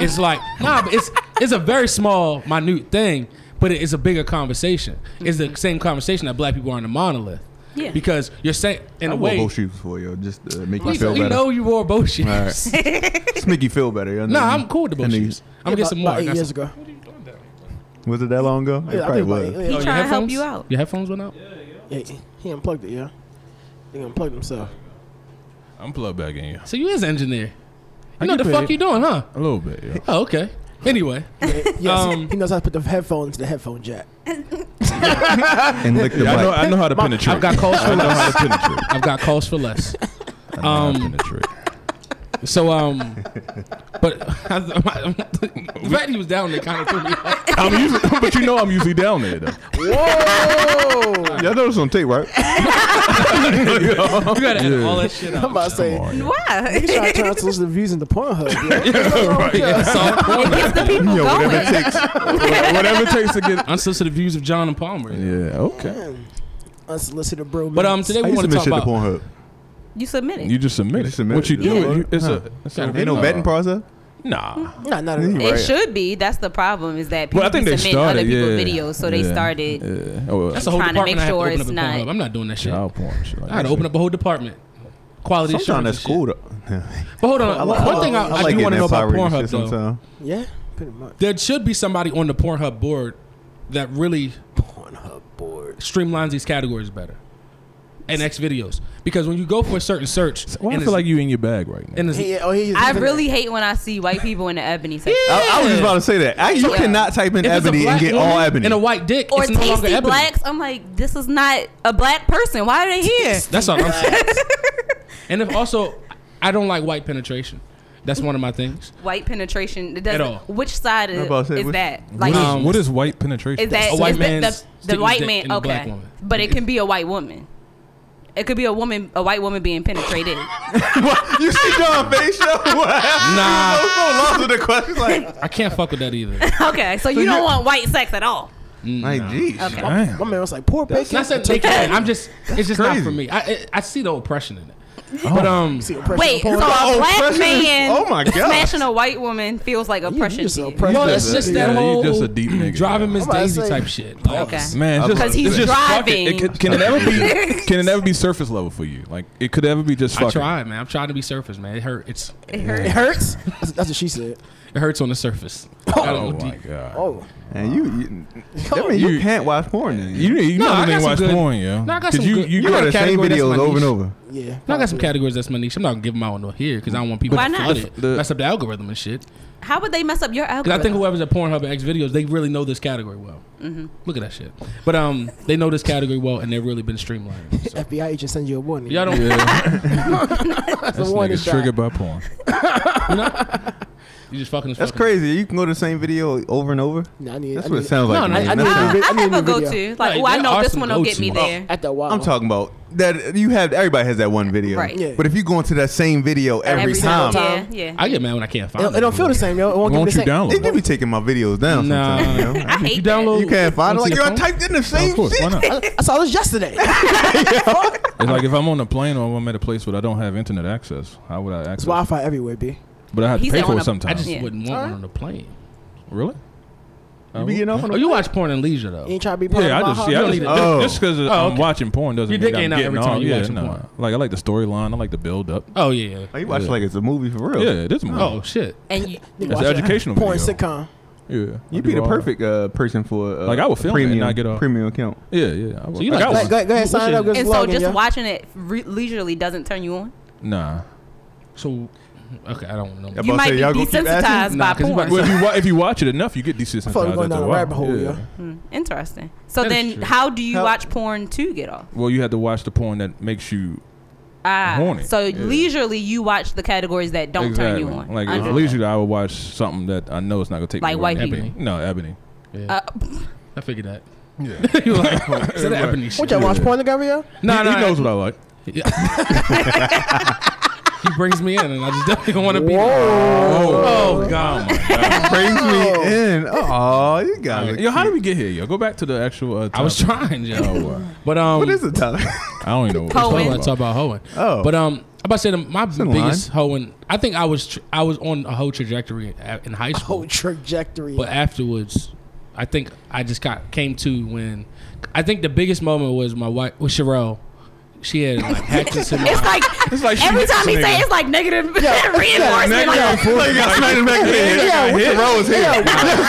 it's like nah but it's it's a very small minute thing but it- it's a bigger conversation. It's the same conversation that black people are in a monolith.
Yeah.
Because you're saying in
I
a
wore
way,
both shoes for you just to make you
we,
feel
we
better.
know you wore both shoes.
All right. just make you feel better. you know?
Nah, I'm cool with the both
Mm-hmm. And
shoes. I'm gonna get
about-
some more.
About
I
eight
got
years
some-
ago.
Was it that long ago?
Yeah,
it
I
probably
think about
was.
eight-
He
Oh, your
trying to help
headphones?
you out.
Your headphones went out.
yeah, yeah, he unplugged it, yeah. He unplugged himself.
I'm plugged back in yeah.
So you is an engineer.
I
You know
get
the fuck
paid.
you doing, huh?
A little bit, yeah.
Oh, okay. Anyway,
Yes,
Um,
he knows how to put the headphones to the headphone jack.
And lick the
yeah I, know,
mic.
I know how to penetrate.
I've got calls
I
for
know
less.
how to penetrate.
I've got calls for less.
I know how to
Um,
penetrate.
So um, but the fact he was down there kind of threw me off.
I'm usually, but you know I'm usually down there though.
Oh!
Y'all know this on tape, right?
You gotta edit all that shit
I'm
out.
about to say,
Come on, yeah.
Why?
he's trying to turn us to listen to views in the Pornhub. Yeah.
Soft corner.
It's the people
Yo, whatever
going.
it takes.
Whatever it takes to get.
Unsolicited views of John and Palmer.
Yeah. Okay.
Man, Unsolicited bro.
But um, today
I
we
used to
want to
miss
talk
shit to
about.
Pornhub.
You submit it.
You just submit.
You
it.
submit
What
it.
you do?
Yeah.
it- you- It's
Huh.
a. It's
Ain't
a
Ain't no betting process.
Nah.
nah, not at
Yeah.
Mm.
all.
It
Right.
should be. That's the problem. Is that people
Well, I think
be
they
submitting
started.
other
yeah.
people's videos, so they
Yeah.
started.
Yeah. Oh, well,
That's a whole
Trying to
department.
make
I had
sure
to
it's
open up
not-
a Pornhub. I'm not doing that shit.
child porn. and shit like
I had to
that.
open up a whole department. Quality
Sometimes
assurance
that's cool though.
and shit. But hold on,
like-
one thing I, I, do
getting
want to
that
know about
fiery
Pornhub
shit
though.
sometimes.
Yeah, pretty much.
There should be somebody on the Pornhub board that really
Pornhub board.
streamlines these categories better. And X videos. Because when you go for a certain search,
Why I
and
feel
it's,
like you in your bag right now?
and it's,
He, oh, he,
I
he-
really hate when I see white people in the ebony section.
I, I was just about to say that. I, you
Yeah.
cannot type in
if it's a
ebony and
black
get all
woman
ebony.
And a white dick.
Or
it's no longer
tasty
ebony.
blacks. I'm like, this is not a black person. Why are they here?
That's all I'm saying. and if also, I don't like white penetration. That's one of my things.
White penetration. It doesn't,
At all.
Which side is,
about to say,
is
which-
that?
What
Like,
is,
Um,
what is white penetration?
is that
a white
is that
man's
the, the
sticking
white
dick
man?
in a black
Okay,
woman.
but it can be a white woman. It could be a woman, a white woman being penetrated.
What? you see John face show? What happened?
Nah.
You so lost with the question. Like,
I can't fuck with that either.
okay, so, you don't want white sex at all.
Mm,
like, jeez.
Okay.
My
Damn.
man was like, poor bacon.
Not saying take it. I'm just. It's just not
crazy.
for me. I I, I see the oppression in it.
Oh.
But um,
See, oppression
Wait, so a
porn.
Oh,
black
oppression is-
man
oh my God.
smashing a white woman feels like oppression
just
to you.
oppressed.
well,
Yeah,
it's just
yeah,
that
you
whole
just a deep nigga,
driving
yeah.
Miss
I'm about to
Daisy
say-
type shit. Like,
Okay.
Man, it's just
Because he's
it's just fuck
driving.
It, it, could- can it ever be? Can it ever be surface level for you? Like it could ever be just
I
fucking.
tried, man. I'm trying to be surface, man. It hurt. It's
It hurts.
It hurts. That's, that's what she said.
it hurts on the surface. I
Oh
don't know
my
deep.
god.
Oh,
And you, you that mean you, can't watch porn then.
You, you
No, I got
know they
some
watch
good-
porn, yeah.
No, I got
'Cause
some
you,
good-
you,
you
got
got
a
the same
category that's
videos
my
over and
niche.
over.
yeah.
No, I got some categories that's my niche. I'm not gonna give them out on here because I don't want people
Why
to
not?
flood it.
The-
That's up to the algorithm and shit.
How would they mess up your
Because
algorithm?
I think whoever's at Pornhub and X videos, they really know this category well. Look at that shit. But um, they know this category well, and they've really been streamlining. So.
FBI agent sends you a warning.
Y'all don't.
This
one
nigga's
shot.
triggered by porn.
You just fucking.
That's crazy. You can go to the same video over and over.
Nah, I need,
That's
I
what
need,
it sounds
No,
like.
no,
man.
I-
That's
I-
what-
I-
I, I have a
need a
go
video.
to. Like,
Like,
well, I
there
know
are
this
some
one will get
go-to.
me there.
At the wall.
I'm talking about that. You have everybody has that one video,
Right.
Yeah.
but if you go into that same video every, time,
single
time.
Yeah, yeah.
I get mad when I can't
It
find.
don't, it don't feel the same, yo. It won't give
Won't you
me the same.
they do be
download?
taking my videos
No,
down sometimes. you know?
I hate
you
that.
download.
You can't find it.
onto
Like, yo,
your
I
phone?
typed in the
Of
same
course,
shit.
why not?
I, I saw this yesterday. it's
It's like if I'm on a plane or I'm at a place where I don't have internet access, how would I access?
Wi-Fi everywhere, b.
But I have to
He
pay
said on
for
a-
it
I
sometimes.
just
Yeah.
wouldn't want one on the plane.
really? Uh,
You be getting off on
Oh,
the-
you watch porn and leisure though.
You ain't trying to be part of
Yeah, I
my
just
hobby.
yeah, I
You
just,
don't
need to-
just because
Oh,
I'm
okay.
watching porn doesn't
Your
mean
dick
I'm
ain't out
getting
every
off.
time you
yeah,
watching
nah.
porn.
Like I like the storyline. I like the build up.
Oh yeah.
Like, you watch it like it's a movie for real.
Yeah, it is a movie.
Oh shit.
And you,
Nigga,
It's
watch
an
that
educational
porn
video.
sitcom.
Yeah, I
You'd be
do
the
all that.
perfect uh, person for uh,
Like, I would
a
film it and
premium,
not get off.
premium account.
Yeah, yeah. I,
So you
I
like
uh,
Go,
that-
got one.
go, go ahead, sign it up. Good
and so
slogan,
just
yo.
watching it re- leisurely doesn't turn you on.
Nah.
So, okay, I don't know.
About
You
to
might
say,
be
y'all gonna keep
desensitized
asking?
by
Nah, 'cause you
porn.
about
Well, if you, wa- if you watch it enough, you get desensitized.
I thought we were going
after
down a
while.
rabbit hole,
Yeah.
yo.
Hmm, Interesting. So
That is
then,
true.
how do you
How-
watch porn to get off?
Well, you had to watch the porn that makes you
Ah,
Horny.
so
Yeah.
leisurely you watch the categories that don't
exactly.
turn you on.
Like
Under-
at least I would watch something that I know it's not gonna take.
Like
me
white
away.
people. Ebony.
No, ebony.
Yeah,
uh,
I figured that.
Yeah,
you like, it's that ebony shit.
What y'all watch porn together, yo?
No,
he,
no,
he knows what I like.
He brings me in, and I just definitely want to be.
Oh, god.
Brings me in. Oh, you guys. are
Oh! Yo, how
cute.
did we get here? Yo, go back to the actual. Uh,
I was
topic.
trying, yo.
Oh, wow.
But um,
What is the topic?
I don't even know. What
Poet.
I
we're
want to talk
talking about.
about hoeing.
Oh,
But um, I'm about to say that my
in
biggest hoeing. I think I was tr- I was on a whole trajectory at- in high school,
Whole trajectory.
but afterwards, I think I just got came to when I think the biggest moment was my wife with Sherelle. She had like hatchets in my
It's like,
It's like she
every
hit
time he
this
say
nigga.
it's like negative
Now
reinforcement.
you
Like,
got- now you got smacked in the back of the head.
Yeah,
Hit
with
the rose here.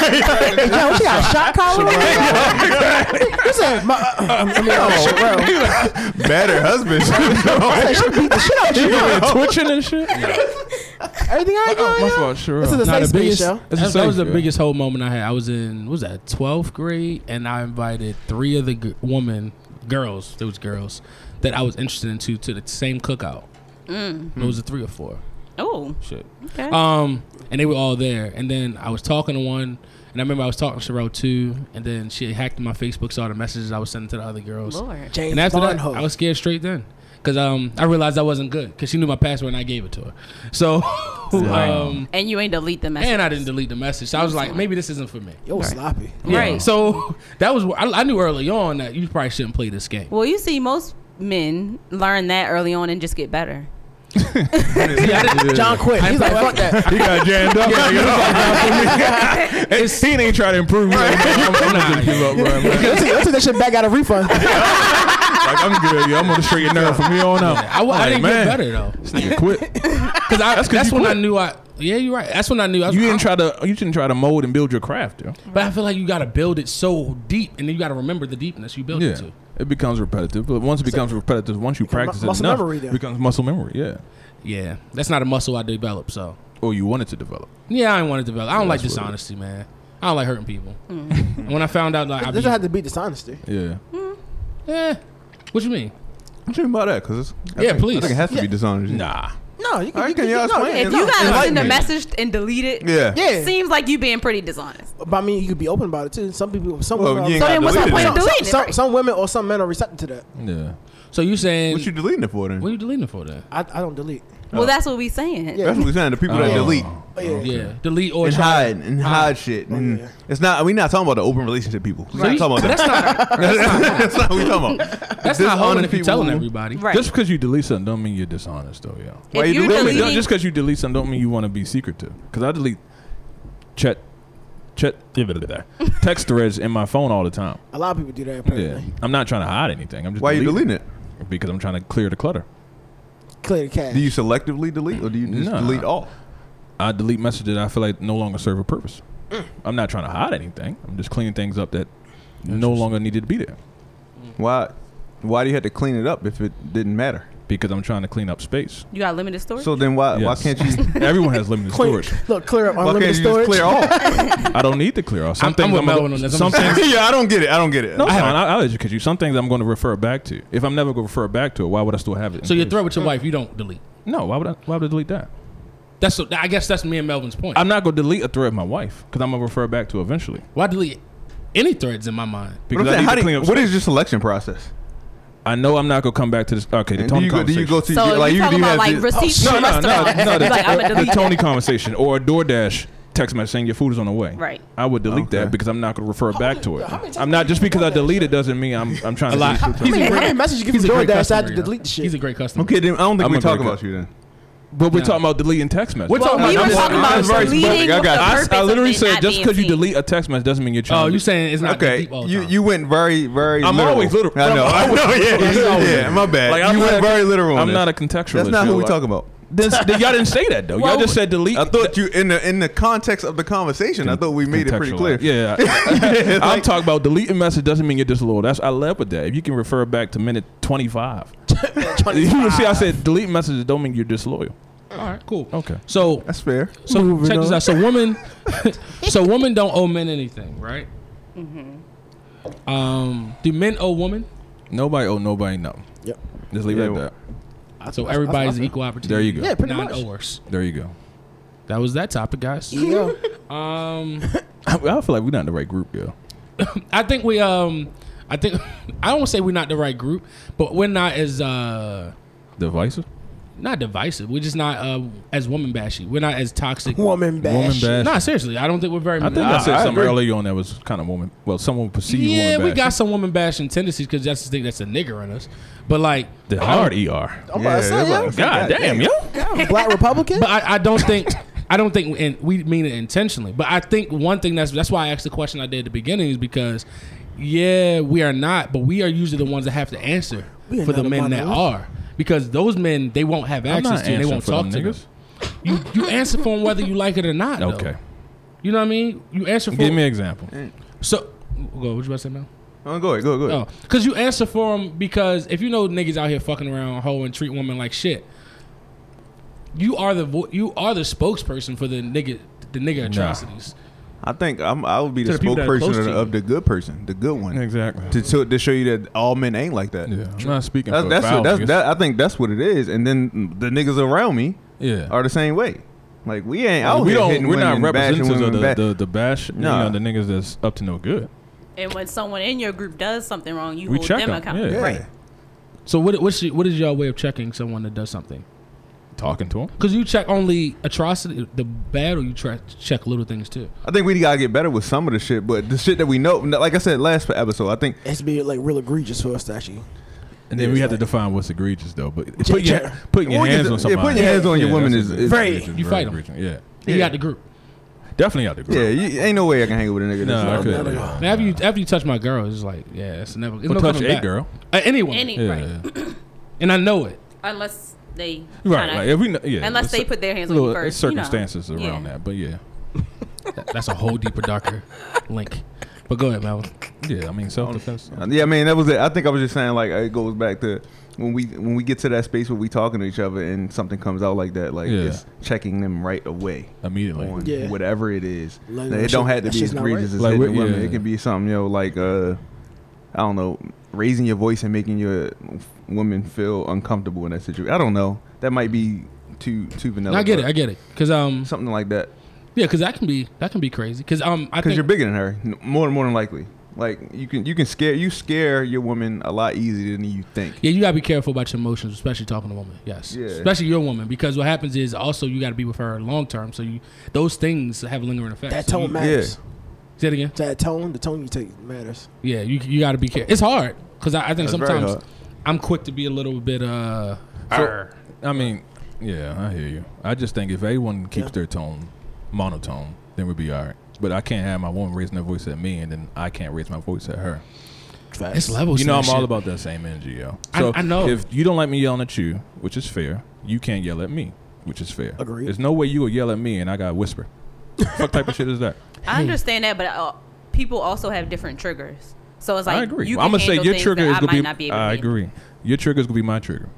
Hey, yo, she got a shot collar. on? You said, my, uh, uh, I mean, uh, shit, bro.
Oh, Better husband.
I said, she beat the shit out of you.
twitching and shit.
Everything I
Oh,
got.
my
yo.
fault. Sure.
This is a
Nah,
safe
the
space,
biggest,
yo.
It's a
that's- that was
safe,
the
yeah.
biggest whole moment I had. I was in what was that twelfth grade, and I invited three of the g- woman girls. There was girls that I was interested into to the same cookout. It was a three or four
oh,
shit.
okay.
Um, and they were all there. And then I was talking to one, and I remember I was talking to Sherelle too. And then she hacked my Facebook, saw the messages I was sending to the other girls.
Lord.
James
And after
Bond
that,
hoe.
I was scared straight then. Cause um, I realized I wasn't good. Cause she knew my password and I gave it to her. So, um,
And you ain't delete the message.
and I didn't delete the message. So I was like, maybe this isn't for me.
Yo, sloppy.
Yeah.
Right.
So that was I, I knew early on that you probably shouldn't play this game.
Well, you see, most men learn that early on and just get better.
John quit. He's like, fuck that.
He got jammed up. He ain't trying to improve. He's like, "Man, I'm gonna just give up, bro, man.
Let's take- let's take that shit back out of refund.
Like, I'm good. Yo, I'm on the straight and narrow from here on out.
I, wa- I
Like,
didn't
man,
get better though.
This nigga quit.
Cause I, that's,
you
when I
quit.
knew I. Yeah, you're right. That's when I knew. I was,
You didn't try to. You didn't try to mold and build your craft, yo.
but I feel like you got to build it so deep, and then you got to remember the deepness you built it to.
It becomes repetitive, but once it becomes repetitive, once you practice it
muscle
enough,
memory
it
then.
becomes muscle memory. Yeah.
Yeah, that's not a muscle I developed. So
Or you want it to develop.
yeah, I didn't want to develop. I don't like
that's what it
dishonesty, man. I don't like hurting people. and when I found out, like, I
This
be,
don't have to be dishonesty.
Yeah.
eh, what you mean?
What you mean by that? Because
Yeah, please.
I think it has to be dishonest.
Nah,
No, you can.
All right,
you,
can
you,
y'all
no,
explain?
If
No,
you gotta send a
enlighten me.
message and delete it,
Yeah.
Yeah.
seems like you being pretty dishonest.
But I mean, you could be open about it too. Some people, some
Well,
women,
you
are-
ain't got
then what's the
deleted
point
it.
of doing
some,
it,
some,
right?
some women or some men are receptive to that.
Yeah.
so you saying
What you deleting it for then?
what are you deleting it for then?
I, I don't delete.
Well, that's what we saying.
Yeah.
That's what we're saying. The people that
Oh.
delete
But yeah,
Yeah, delete or
and
try- Uh, uh-huh.
hide and hide shit. And
Oh, yeah.
It's not. We're not talking about the open relationship people. We're
Right.
not talking about
That's
that.
not
That's not what we're talking about.
that's not holding
Dishonest
if you
people.
telling everybody.
Right.
Just because you delete something don't mean you're dishonest, though, yo.
Why you
if you
doing
are
it?
deleting,
Don't- just because you delete something don't mean you want to be secretive. Because I delete chat, chat, text threads in my phone all the time.
a lot of people do that.
Yeah.
Apparently.
I'm not trying to hide anything. I'm just
Why you
deleting
deleting it?
it? Because I'm trying to clear the clutter.
Clear the cache.
Do you selectively delete or do you just
Nah.
delete all?
I delete messages that I feel like no longer serve a purpose. I'm not trying to hide anything. I'm just cleaning things up that no longer needed to be there
Why? Why do you have to clean it up if it didn't matter?
because I'm trying to clean up space.
you got limited storage.
So then Uh, why why
Yes.
can't you?
Everyone has limited
clear,
storage.
look, clear up
Why can't you
unlimited
just
storage.
clear all?
I don't need to clear off. Some
I'm- I'm
things
with
I'm gonna-
Melvin on this. I'm
some
just-
things.
yeah, I don't get it. I don't get it.
No,
I
it's fine.
haven't-
I'll, I'll educate you. Some things I'm going to refer back to. If I'm never going to refer back to it, why would I still have it? in
So your
place?
threat with your wife, you don't delete.
No, why would I? Why would I delete that?
That's what, I guess that's me and Melvin's point.
I'm not going to delete a thread of my wife because I'm going to refer back to eventually.
Why delete any threads in my mind?
But I'm
Because I
saying,
need
how
to
do
clean
you-
up.
what
space.
is your selection process?
I know I'm not going to come back to this. Okay, the
And do
Tony
you go? Do you
conversation.
go to
So
like
you
do
talking about
have
like
to-
receipts
Oh, No,
from
no, no,
restaurants?
no.
You're
The,
like, I'ma
the
delete
Tony
that.
conversation or a DoorDash text message saying your food is on the way.
Right.
I would delete that
Okay.
because I'm not going to refer back to
how many
it.
times
I'm not just
have you
because I
done that
delete it doesn't mean I'm I'm trying to delete it.
He's
I mean,
a
how
great-
many messages you give
he's a
to
great
DoorDash? I had to
customer, you know.
delete the shit.
He's a great customer.
Okay, then I don't think
I'm
we
a
talk
great
about you then.
But we're talking about deleting text messages.
We're
Well,
talking
we
about
were
this-
talking
I'm
about
very
deleting
specific. I
with
got
the
you.
I,
purpose
I
of
literally
it
said
not
just
being
because you
seen.
delete a text message doesn't mean you're trying.
Oh,
to
you saying it's not
Okay,
deep all the
you
time.
you went very very.
I'm
literal.
always literal.
I know. I know. Yeah, yeah, yeah. My bad.
Like, I'm
you
not-
went very literal. on
I'm
this.
not a contextualist.
That's not
yo.
who we
I-
talking about.
This, th- y'all didn't say that though.
Well,
y'all just said delete.
I thought you in the in the context of the conversation. I thought we made it pretty
Contextualize.
clear.
Yeah, I- I'm talking about deleting message doesn't mean you're disloyal. That's I led with that. If you can refer back to minute 25, you see, I said delete messages don't mean you're disloyal.
All right, cool.
Okay.
So
That's fair.
so check this out. So women, so women don't owe men anything, right?
Mm-hmm.
Um, do men owe women?
Nobody owe nobody nothing.
Yep.
Just leave it
Yeah.
at that.
So everybody's equal opportunity.
There you go.
Yeah, pretty
Not
much.
owers.
There you go.
That was that topic, guys.
Yeah.
Um,
I, I feel like we're not in the right group, yo.
I think we um, I think I don't want to say we're not the right group, but we're not as uh,
Divisive.
not divisive. We're just not uh, as woman bashy. We're not as toxic.
Woman bash.
Woman bash.
Nah, seriously, I don't think we're very.
I think I, said
I
something
agree.
earlier on that was kind of woman. Well, someone perceived
yeah,
woman
we got
bash.
some woman bashing tendencies because that's the thing that's a nigger in us. But like,
the hard ER.
I'm about to say,
Yeah,
yo.
that's
God damn, yo.
Black Republican?
but I, I don't think I don't think, and we mean it intentionally. But I think one thing that's that's why I asked the question I did at the beginning is because, yeah, we are not, but we are usually the ones that have to answer
We are
for the
not a
men that
monolith.
are, because those men they won't have access
not
to, and they
answering
won't
for
talk
them
to
niggas.
them. You you answer for them whether you like it or not. though.
Okay.
you know what I mean. You answer for
Give me an example.
so. Go. What you about to say, man?
Oh, go ahead, go ahead, go ahead.
Oh, because you answer for them because if you know niggas out here fucking around, hoe and treat women like shit, you are the vo- you are the spokesperson for the nigga the nigga atrocities.
I think I'm, I would be the,
To the people that are close
spokesperson of,
to you.
of the good person, the good one,
Exactly.
to, to to show you that all men ain't like that.
Yeah, I'm not speaking
That's
for
that's,
foul
what, that's
niggas.
that. I think that's what it is. And then the niggas around me
Yeah.
are the same way. Like we ain't out
we
here
don't.
hitting
We're
women,
not
bashing
representatives of
women,
the,
ba-
the the bash.
Nah.
You know, the niggas that's up to no good.
And when someone in your group does something wrong, you
We
hold
check
them
'em,
accountable.
yeah.
Right.
So what what's your, what is your way of checking someone that does something?
Talking to them.
Because you check only atrocity, the bad, or you try check little things too.
I think we gotta get better with some of the shit, but the shit that we know, like I said last episode, I think
It has to be like real egregious for us to actually.
And then we
it's
have to
like-
define what's egregious though. But
Check-
putting your,
check.
putting your
Well, we
hands
get
on
the- yeah,
somebody.
putting your hands on your woman
that's
is-
egregious.
is-
Very.
It's
You fight 'em.
egregious. Yeah.
You
Yeah.
out the group.
Definitely out the group.
yeah, you, ain't no way I can hang with a nigga.
No,
that's
I
like
couldn't.
that.
And after you after you touch my girl, it's like yeah, it's never. It's
But
no
touch
coming
a
back.
girl.
Uh, anyone,
Any
Yeah.
right.
and I know it.
Unless they
Right.
kinda-
Like if we. kn- Yeah.
unless
it's
they
a-
put their hands on
little-
you first.
it's
you know.
circumstances around
Yeah.
that. But yeah.
That's a whole deeper, darker link. But go ahead, Malvin.
Yeah. I mean self defense.
Yeah, I mean that was it. I think I was just saying like it goes back to when we when we get to that space where we talking to each other and something comes out like that, like
Yeah.
it's checking them right away
Immediately.
on
Yeah.
whatever it is.
Like,
Now,
that
it don't
shit-
have to
that
be as
shit's not right.
egregious as
Like,
hitting
we-
women.
yeah.
It can be something you know like uh, I don't know, raising your voice and making your woman feel uncomfortable in that situation. I don't know. That might be too too vanilla.
I get it.
but
I get it. Cause um,
something like that.
yeah, cause that can be that can be crazy. Cause um, I
because
think
you're bigger than her n- more more than likely like you can you can scare you scare your woman a lot easier than you think
yeah, you gotta be careful about your emotions, especially talking to women. Yes,
Yeah.
especially your woman, because what happens is also you gotta be with her long term. So you those things have lingering effects.
That
So
tone
you-
matters.
Say it again.
That tone, the tone you take matters.
Yeah, you you gotta be careful. It's hard because I, I think
That's very
sometimes
hard.
I'm quick to be a little bit uh.
So, I mean, yeah, I hear you. I just think if everyone keeps
Yeah.
their tone monotone, then we'd be all right. But I can't have my woman raising her voice at me, and then I can't raise my voice at her.
It's
Oh,
levels.
you know,
to
I'm
this
all
shit.
about that same energy, yo.
I- I know.
If you don't like me yelling at you, which is fair, you can't yell at me, which is fair.
Agreed.
There's no way you will yell at me and I got to whisper. what type of shit is that?
I understand that, but uh, people also have different triggers. So it's like
I agree.
you can
I'm gonna say
handle
your
things
trigger
that
is
I
gonna
might
be.
not be able to
I
handle.
agree. Your trigger is gonna be my trigger.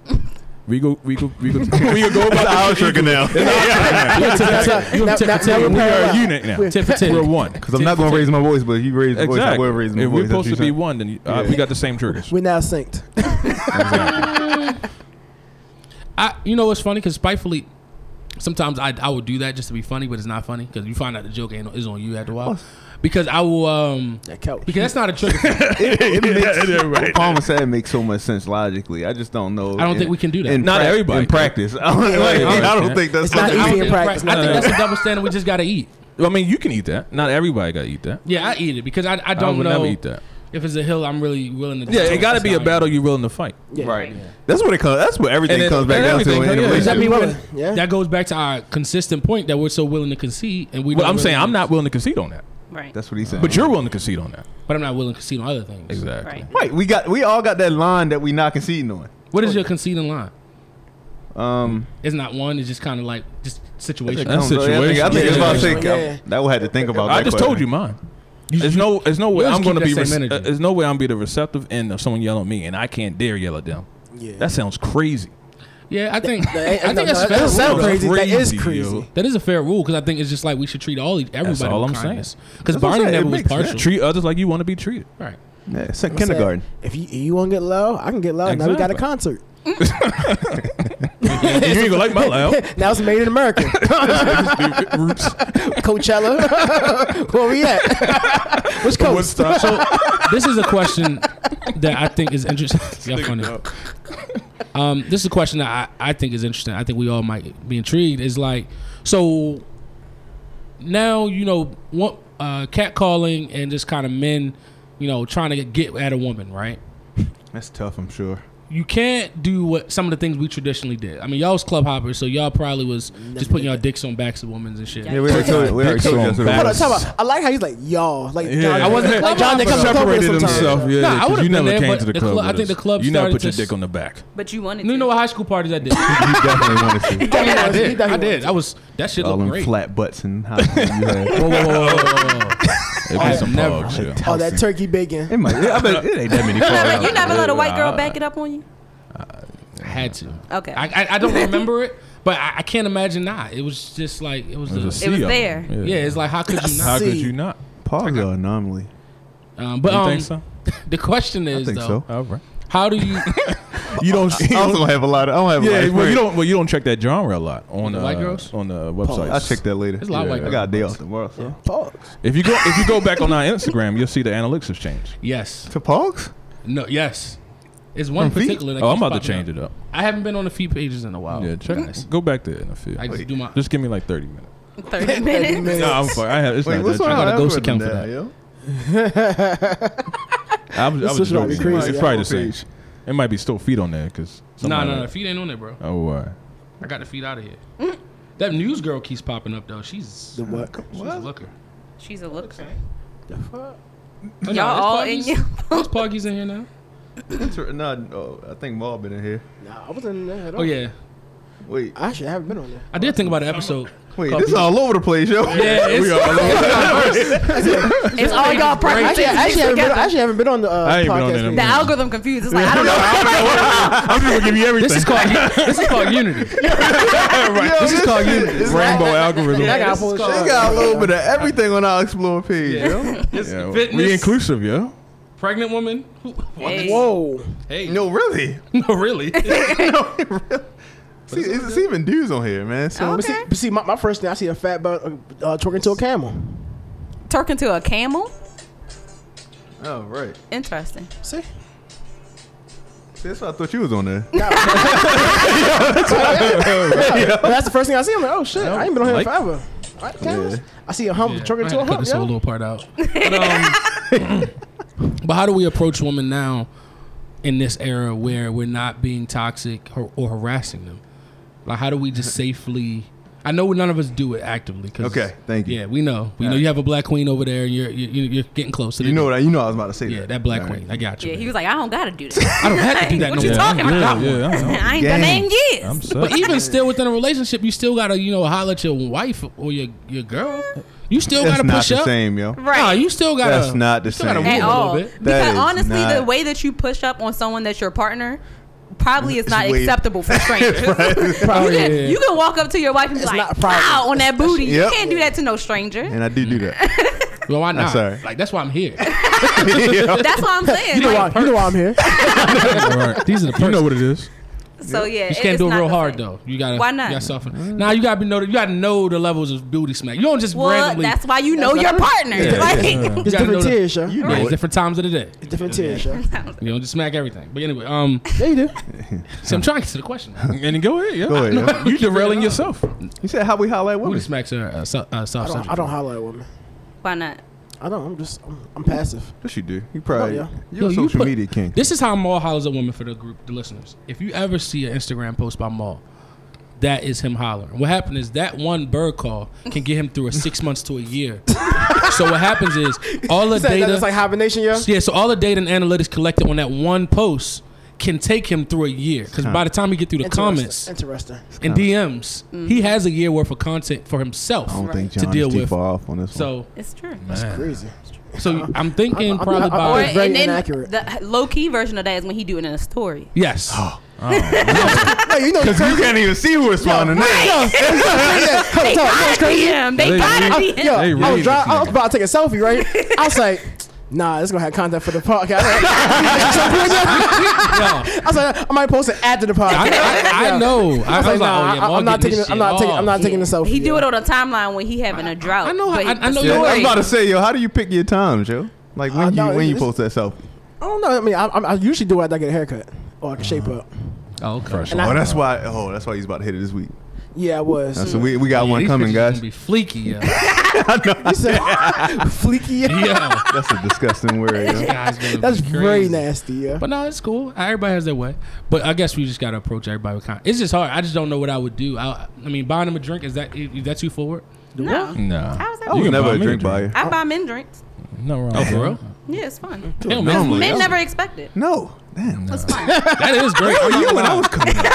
We go, we go, we go, we go go about our trigger now.
Yeah,
You have to take the
We are a
parallel.
unit now.
Tip for tip.
We're one.
because i'm not going to raise my voice but if you raise your voice i
Exactly.
will raise my
if
voice
we're supposed to
That's
be
what
one, then you- uh,
Yeah.
we got the same triggers.
We're now synced.
I, you know what's funny? Because spitefully, sometimes I, I would do that just to be funny, but it's not funny because you find out the joke ain't is on you after a while. You're saying. Because I will, um,
That couch.
because that's not a trick. I
you're saying. it, makes, what Palmer said makes so much sense logically i just don't know
don't think we can do that.
in
Not
prac-
everybody
in
can.
practice I don't, like, I don't think that's
It's not
something-
easy in
don't-
practice.
I think that's a double standard. We just gotta eat.
I mean, you can eat that. Not everybody got to eat that.
Yeah, I eat it because I, I
I
don't
would
know
never eat that.
if it's a hill I'm really willing to.
Yeah, it
tolerate.
got to be a
It's not-
battle you're willing to fight.
Yeah.
right that's what it comes that's what everything
And it-
comes back
and
down to
everything,
in a
yeah.
relationship.
Does that mean
Brother,
women? Yeah.
That goes back to our consistent point that we're so willing to concede, and we.
Well,
don't
I'm
really-
saying I'm not willing to concede on that,
Right.
that's what he said
but you're willing to concede on that.
but I'm not willing to concede on other things.
Exactly.
right.
right we got we all got that line that we not conceding on
What is your conceding line?
um
It's not one. It's just kind of like just
I
situation.
That's
don't know. I think, I think
situational.
it's about to think
Yeah.
I- that would have to think about
I
that
just
question.
told you mine. There's no, there's no way
yours
I'm
keep
going to
that
be.
same
rece-
energy.
uh, there's no way I'm be the receptive end of someone yelling at me, and I can't dare yell at them.
Yeah.
That sounds crazy.
Yeah, I think. I
That-
think
no,
that's
no, that
fair.
doesn't sound
That's
crazy. That is
crazy,
crazy.
yo.
That is a fair rule because I think it's just like we should treat all everybody. That's
all
all I'm
I'm saying.
That's what
Because
I'm
Barney
saying. It
never was
makes sense.
partial.
Treat others like you want to be treated.
Right.
Yeah, it's like
I said,
kindergarten.
If you you want to get loud, I can get loud. Now we got a concert.
you ain't gonna like my loud.
now it's made in America.
Roots.
Coachella. Where we at? Which
One
coast?
stop.
So this is a question that I think is interesting. Y'all funny. Um, this is a question that I, I think is interesting. I think we all might be intrigued. Is like so now you know what uh, catcalling and just kind of men, you know, trying to get at a woman, right?
That's tough, I'm sure.
you can't do what some of the things we traditionally did. I mean, y'all was club hoppers, so y'all probably was just putting y'all dicks on backs of women and shit.
Yeah.
Yeah, we already told you. We already told you. that's what it
Hold on,
was.
Yes.
talk about. I like how he's like y'all. Like
Yeah.
y'all,
I wasn't
a
like y'all.
club
They come to club with
separated
us
himself.
sometimes.
Yeah,
Nah, I
'cause
would've
you
been
never
there,
came
but
to the,
the
club.
club- I
with
think
us.
the club
You never
started
put your
to-
dick on the back.
But you wanted
You
to.
know what high school parties I did?
You definitely wanted to.
He definitely
I
was. He
did. I
definitely
did.
was.
I was. That shit
All
looked
them
great.
flat butts and how you had.
Whoa, whoa, whoa, whoa, whoa, whoa.
It was some
never.
pog shit.
Oh, that turkey bacon.
It might. I bet it ain't that many.
You never, you
cars.
never let a white girl back it up on you.
I had to.
Okay.
I, I, I don't remember it, but I, I can't imagine not. It was just like it was.
It was
the,
a
was
sea of
there.
them.
yeah, it's like how could you
How
not?
could
See.
you not?
Paul's an anomaly.
Um, but
you
um,
think so?
the question is
think
though,
so.
All right.
how do you?
You don't.
I also don't have a lot of. I don't have a lot
yeah,
of
well, you
friends.
don't. Well, you don't check that genre a lot on
The
uh,
white girls?
on the website.
I'll check that later.
There's a lot of white
I got a day
girls.
off tomorrow. So.
Pause.
If you go, if you go back on our Instagram, you'll see the analytics have changed.
Yes.
To Pogs?
No. Yes. It's one
From feet?
particular. That
oh, I'm
keeps
about to
popping
change it up.
I haven't been on the feet pages in a while.
Yeah, check.
guys.
Go back there in a few.
Oh, I just do my.
Just give me like 30 minutes.
Thirty minutes.
minutes.
No, I'm fuck. I have. It's
Wait,
not
what's
that
wrong?
I got a
with
ghost
algorithm
account for
now,
that.
yo?
true. I was, I
This
was
is about to be
joking.
crazy.
It's probably the
Yeah.
same. It might be still feet on there because.
No, no, no. Feet ain't on there, bro.
Oh, uh,
I got the feet out of here.
Mm.
That news girl keeps popping up though. She's
The what?
she's a looker.
She's a looker.
Oh, no,
Y'all
there's
all
Poggies-
in your-
There's Poggies in here now.
Inter- no, no, I think Maul been in here.
Nah, I wasn't in there at all.
Oh yeah.
Wait,
I should have been on there.
I did think about an episode.
wait,
Called
this is all over the place, yo.
Yeah, it's,
It's all y'all
I
perfect.
actually, I actually haven't been, I actually haven't been on the uh,
I ain't been on
podcast.
there in a
The
yet.
algorithm confused. It's like I don't know.
I'm just gonna give you everything.
this is called this is called Unity.
Yo,
This is called
shit
Unity.
is-
rainbow algorithm.
I got
this is
pulled
called-
They
short.
got a little bit of everything on our Explore page, yo.
It's
Yeah, we
fitness,
inclusive, yo.
pregnant woman. Who, what?
Hey.
Whoa.
Hey,
No, really.
no, really.
no, really. See, it's, it's even dudes on here, man. So
But see, but see my, my first thing, I see a fat butt uh, uh, twerking to a camel.
Talking to a camel.
Oh, right.
Interesting.
See?
See, that's why I thought you was on there.
But that's the first thing I see. I'm like, oh shit, I ain't been on here
Like-
forever. I, camels. I see a hump
Yeah, I
twerking
had
to a
to cut
hump.
this
Yeah.
whole little part out. But, um, but how do we approach women now in this era where we're not being toxic or, or harassing them? Like, how do we just safely? I know none of us do it actively. 'cause-
Okay, thank you.
Yeah, we know. We know you have a black queen over there, and you're you're, you're getting close to
You know what? I, you know I was about to say.
Yeah, that black
All
queen. I got you.
Yeah,
man.
he was like, I don't gotta do that.
I don't have to do that
What
no
you
more.
talking
Yeah,
about?
yeah.
Yeah, I know.
I ain't done that in years.
I'm
But
set.
even still within a relationship, you still gotta you know holler at your wife or your your girl. You still
That's
gotta
not
push
the
up.
same, yo.
right.
Nah, you still gotta.
That's not the
you still gotta
same.
move a
at
little
all.
bit.
That
Because
is
honestly, the
not-
way that you push up on someone that's your partner probably is not
way-
acceptable for strangers.
Probably,
you, can,
yeah.
you can walk up to your wife and be
not
like,
a problem.
"Wow, on that booty." You
Yep.
can't do that to no stranger.
And I do do that.
Well, why not?
sorry.
Like that's why I'm here.
That's what I'm saying.
You know,
Like,
why, you know why I'm here.
Right.
These are the perks.
You know what it is.
so yeah,
You just can't do it
it's
real
not the
hard
same.
though. You gotta.
Why not?
You gotta soften. Now you gotta be know. You gotta know the levels of booty smack. You don't just
Well,
randomly.
that's why you know
That's
your
not-
partner.
Yeah,
Like,
you
It's
gotta
different
know the-
tiers, yo.
You
Yeah,
know
it's
it.
different times of the day.
It's different tiers, yo.
You don't just smack everything. But anyway, um,
Yeah, you do.
so I'm trying to get to the question.
And then go ahead, yeah.
Go ahead, yeah.
You derailing yourself.
You said how we holler at
Booty
women.
smacks are uh, so, uh,
I
soft.
don't, I don't holler at women.
why not?
I don't. I'm just, I'm, I'm passive.
Yes, you do. You probably.
Oh, yeah.
You're a
Yo, you
social
put-
media king.
This is how Maul hollers at women for the group, the listeners. If you ever see an Instagram post by Maul, that is him hollering. What happened is that one bird call can get him through a six months to a year. so what happens is all the
Is that,
data,
that's like hibernation, yo.
yeah, so all the data and analytics collected on that one post can take him through a year. Because by the time he get through the
Interesting.
comments
Interesting. Mm-hmm.
and DMs, he has a year worth of content for
I
himself
don't think
to
John
deal
is too
with.
far off on this one.
So,
It's true.
Crazy.
so I'm thinking
I'm- I'm-
probably
I'm-
about
Or
Or
it's very
and then
inaccurate.
the low key version of that is when he do it in a story.
yes.
Oh. No, you know,
you can't even see who responding.
They gotta be him. They
They
gotta be
really-
him.
Yo,
They
I,
really
was dri- I
look
was about to take a selfie, right? I was like, nah, this gonna have content for the podcast. I
No.
was like, I might post it after the podcast.
I, I, I know. I,
I
was like,
nah,
oh, yeah,
I,
Maul
am not taking.
getting this
it- I'm
shit
not taking. I'm
off.
not taking the selfie.
He do
yeah.
it on a timeline when he having a drought.
I know-
but
I- I know
Yeah, I
you're
was
right.
about to say, yo, how do you pick your times, yo? Like when
Uh,
you
no,
when you post
it's-
that selfie?
I don't know. I mean, I, I, I usually do it after I get a haircut or I can shape up.
Oh, okay.
Fresh.
And I-
Oh, that's why. Oh, that's why he's about to hit it this week.
Yeah, I was.
Mm.
So we, we got
Yeah,
one
these
coming,
bitches
guys.
Gonna be fleaky, yo.
You said fleeky.
yo
That's a disgusting word. yo.
this guy's gonna
That's
be
very
crazy.
nasty. Yeah.
But no, it's cool. Everybody has their way. But I guess we just gotta approach everybody with kind. It's just hard. I just don't know what I would do. I, I mean, buying them a drink is that is that too forward?
No.
Nah.
How's that
I was
You
never a drink
by
buyer.
"Oh, I buy men drinks.
No wrong.
Oh,
with that.
for real?
Yeah, it's fun.
Hell, man,
Normally,
Men
that's-
never expect it.
No, damn.
It's fun.
that is great.
Where were you when I was coming? up?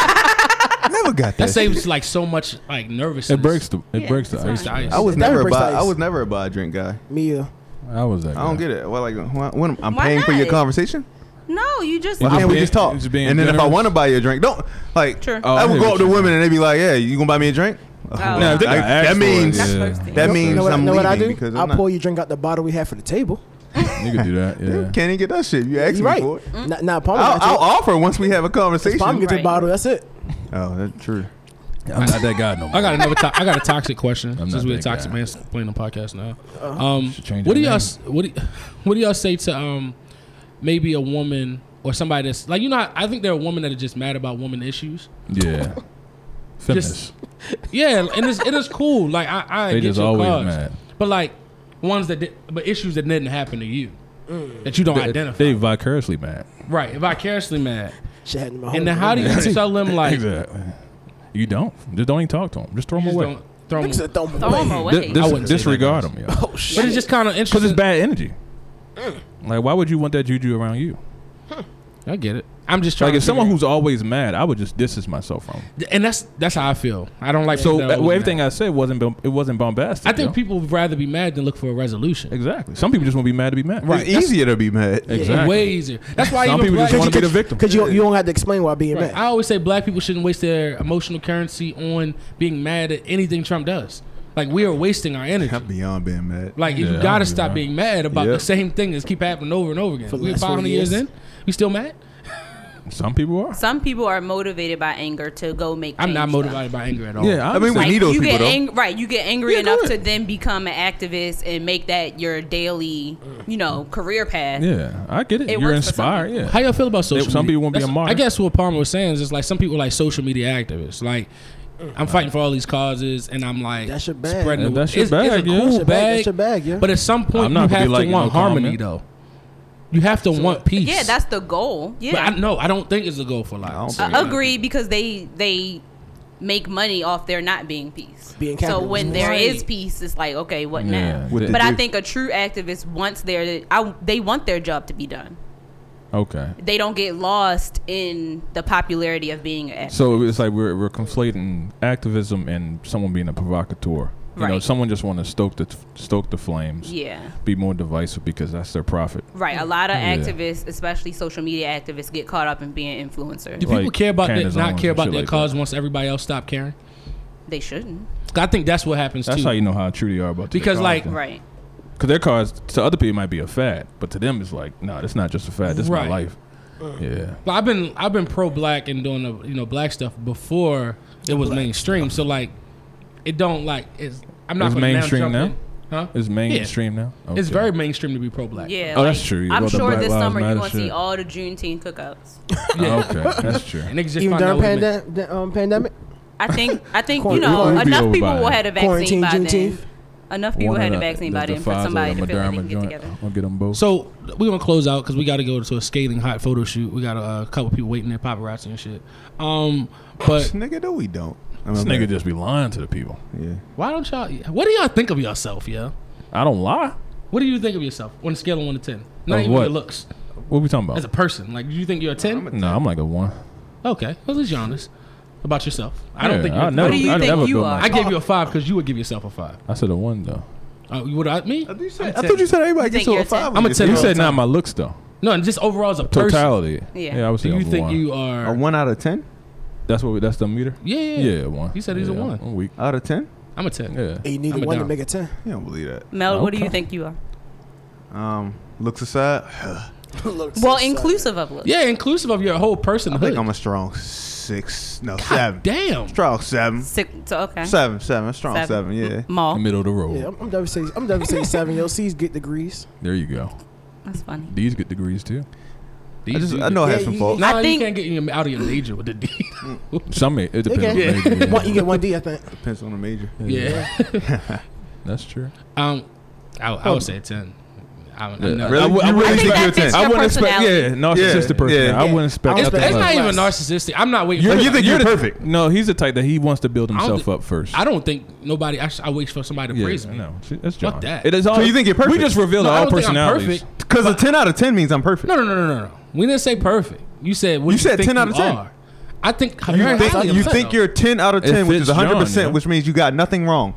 never got
That
that.
saves like so much like nervousness.
It breaks the it
Yeah,
breaks the
it's
ice.
Breaks the ice.
I was
That
never a
breaks
buy.
ice.
I was never a buy drink guy.
Me. Yeah.
I was that.
I don't
guy.
get it. Well, like, why, when I'm, I'm
Why
paying for your
not?
conversation,
No, you just.
Why
just
can't we
being-
just talk?
just being
and then if I
generous.
want to buy you a drink, don't like.
Sure.
Oh,
I
I
would
hear
go
what
up to
you
women and they'd be like, "Yeah, you gonna buy me a drink?"
Oh.
Nah, if they
I-
got asked
that
for it,
means-
yeah.
That's thirsty.
That
You know- you
means
know what,
I'm
know
leaving
what I do?
because I'm
I
not.
pour you drink out the bottle we have for the table.
You can do that. Yeah.
Can't even get that shit. You asked
You
me
right?
for it.
Not, not palm.
I'll, I'll
I'll,
offer once we have a conversation.
palm get the
Right.
bottle. That's it.
Oh, that's true.
I'm not that guy no more.
I got another. To- I got a toxic question.
I'm
since
not
we're
that
toxic
guy.
man playing the podcast now. Um,
should change
what do
the
y'all?
name.
s- What do y- What do y'all say to um, maybe a woman or somebody that's like you know? I- I think there are women that are just mad about woman issues.
Yeah. Feminist.
Yeah, and it's it is cool. Like I, I
They
get
just
your
always
cause.
mad.
but like ones that did, but issues that didn't happen to you that you don't
They,
identify.
they vicariously mad.
right, vicariously mad.
Shit had in my
And then how do you tell them like just
exactly. You don't. Just don't even talk to them. Just throw them away.
don't throw 'em-
Niggas throw 'em
Throw 'em
away.
away.
Di- dis-
I wouldn't say that,
disregard
guys.
them. Yeah.
Oh shit.
But it's just kind of
Because
interesting.
it's bad energy.
Mm.
Like, why would you want that juju around you?
I get it. I'm just trying.
Like,
to
if someone
figure
who's always mad, I would just distance myself from. 'em.
out- and that's that's how I feel. I don't like
So
people that
uh, well,
always
everything
mad.
I said wasn't bom- it wasn't bombastic.
I
you
think
know?
people would rather be mad than look for a resolution.
exactly. Some people just want to be mad to be mad.
It's easier to be mad.
Exactly.
Way easier. That's why
Some
even
people
black
just
people
want to be the victim.
Because you, you don't have to explain why being
Right.
mad.
I always say black people shouldn't waste their emotional currency on being mad at anything Trump does. Like we are wasting our energy.
I'm beyond being mad.
Like
Yeah,
you
I
gotta
don't
stop
know.
being mad about the
Yep.
same thing that's keep happening over and over again.
For the
We're
last
500
40
years
years.
in, we still mad.
Some people are.
Some people are motivated by anger to go make.
I'm not
change, though.
motivated by anger at all.
Yeah,
I
I,
mean, we
understand.
need those
you
people
get
though.
ang- right. You get angry
Yeah, go
enough to
ahead.
then become an activist and make that your daily, you know, career path.
yeah, I get it.
It
You're
works for some
inspired.
people.
Yeah.
How y'all feel about social?
Some
media?
people wanna be
That's-
a martyr.
I guess what Palmer was saying is just like some people are like social media activists. Like I'm fighting for all these causes, and I'm like
That's your bag.
spreading the-
Yeah, that's your
it's, it's
bag,
a
yeah.
cool
That's
your bag,
bag.
that's your bag, yeah.
But at some point,
I'm not
you
gonna
have
be
to
liking
want
no
harmony,
comment.
though. You have to want peace.
Yeah, that's the goal.
But I,
Yeah,
no, I don't think it's a goal for
I don't
life.
think-
I, agree because they they make money off there not being peace.
Being
so
capitalist.
when there is
Right.
peace, it's like okay, what
Yeah,
now?
What they
But I
do.
think a true activist wants their I, they want their job to be done.
Okay.
They don't get lost in the popularity of being an activist.
So it's like we're, we're conflating activism and someone being a provocateur. You know,
Right.
someone just want to stoke the stoke the flames,
yeah.
be more divisive because that's their profit.
Right, a lot of
Yeah.
activists, especially social media activists, get caught up in being influencers.
Do people
Like
care about their,
cannons
not
on
care
and
about
shit
their
like
cause once everybody else stop caring?
They shouldn't.
'Cause I think that's what happens
That's
too.
how you know how true they are about their
Because,
cause
like,
then.
Right.
Because their cause to other people might be a fad, but to them it's like, no, that's not just a fad. This
Right.
is my life. Yeah.
But I've been I've been pro black and doing the you know black stuff before it was mainstream. So like, it don't like it's I'm not
It's
gonna
mainstream
now.
now?
jump in. Huh?
It's mainstream now.
It's
Okay.
very mainstream to be pro black.
Yeah.
Oh, that's true. You
I'm
got the
sure
Black
this
Lives
summer you're
Matter
gonna see
shit.
all the Juneteenth cookouts.
okay, that's true.
And niggas just
Even
find
during
out what it meant.
pandem- the, um, pandemic,
I think I think you
Quarant-
know
We'll be
enough
over
people
by
will
then.
have a vaccine
quarantine
by
Juneteenth.
then. Enough people
One
had a
of the-
vaccine
the-
by
the
then for
Pfizer
somebody
and
to feel like they
Moderna
can get
joint.
together.
I'm gonna get them both.
So we're gonna close out because we got to go to a skating hot photo shoot. We got a, uh, couple people waiting there, paparazzi and shit. Um, but
nigga, no, we don't. I'm
this
mad.
nigga just be lying to the people.
Yeah.
why don't y'all? What do y'all think of yourself, yo?
I don't lie.
What do you think of yourself on a scale of one to ten? Not
Of
even
what? Oh.
your looks
What we talking about?
as a person. Like, do you think you're a ten?
no, I'm like a one.
Okay, well, let's be honest about yourself. I don't
Yeah,
think you're.
I
a
never,
What do you
I
think
never
you
built
are?
I
My,
gave you a five because you would give yourself a five.
I said a one though.
Uh, you would at
I
me?
thought you said,
I'm
I thought you said everybody
think
gets to
you're
a
a ten?
five.
I'm a ten.
You
Yeah.
said not my looks though.
No, and just overall as a person.
Totality.
Yeah.
Yeah, I would say
Do you
a
think
one.
you are?
A one out of ten?
That's what we, that's the meter.
Yeah, yeah,
Yeah, a one.
He said he's a
Yeah,
one.
I'm weak.
Out of ten?
I'm a ten.
Yeah.
you need
I'm
a
a
one to
down.
make a ten.
You don't believe that.
Mel, what do you
Okay.
think you are?
Um, looks aside,
Looks
Well,
so
inclusive of look.
Yeah, inclusive of your whole personhood.
I think I'm a strong six. No, seven.
Damn.
Strong seven.
Sick, so okay.
Seven, seven. A strong seven. yeah.
Mall.
Middle of the
sad.
road.
Yeah, I'm, I'm WC. I'm WC seven. Yo, C's get degrees.
There you go.
That's funny.
These get degrees too.
These
I just
you
I know I
Yeah,
have some
you-
faults.
No,
I
you
think-
can't get him out of your major with the D.
Some may- it depends. on
Okay.
the major, yeah.
One, you get one D, I think.
Depends on the major.
yeah.
That's true.
Um, I, I would say ten. I, don't- I
Oh. Yeah.
know.
Really?
I would- I
you
wouldn't
really
think
think
that
you're ten?
fits your
I wouldn't expect.
personality.
Yeah, narcissistic
Yeah.
personality.
Yeah.
I wouldn't expect.
It's,
Nothing
it's
nothing
not
less.
even
less.
narcissistic. I'm not waiting.
You
for-
you think you're
the-
perfect?
No, he's the type that he wants to build
don't
himself
thi-
up first.
I don't think nobody. I, sh- I wait for somebody to
yeah,
praise me.
No, see, that's John.
Fuck that.
It is all.
So you think you're
We
perfect?
just revealed
No, I
our
don't think I'm
personalities.
perfect.
Because a ten out of ten means I'm perfect.
No, no, no, no, no, no. We didn't say perfect. You said what
You
do
said
think
10 out of
you
10.
are. I think
You think, you think you're 10 out of
It
10, which
fits
is 100%,
John, yeah.
which means you got nothing wrong.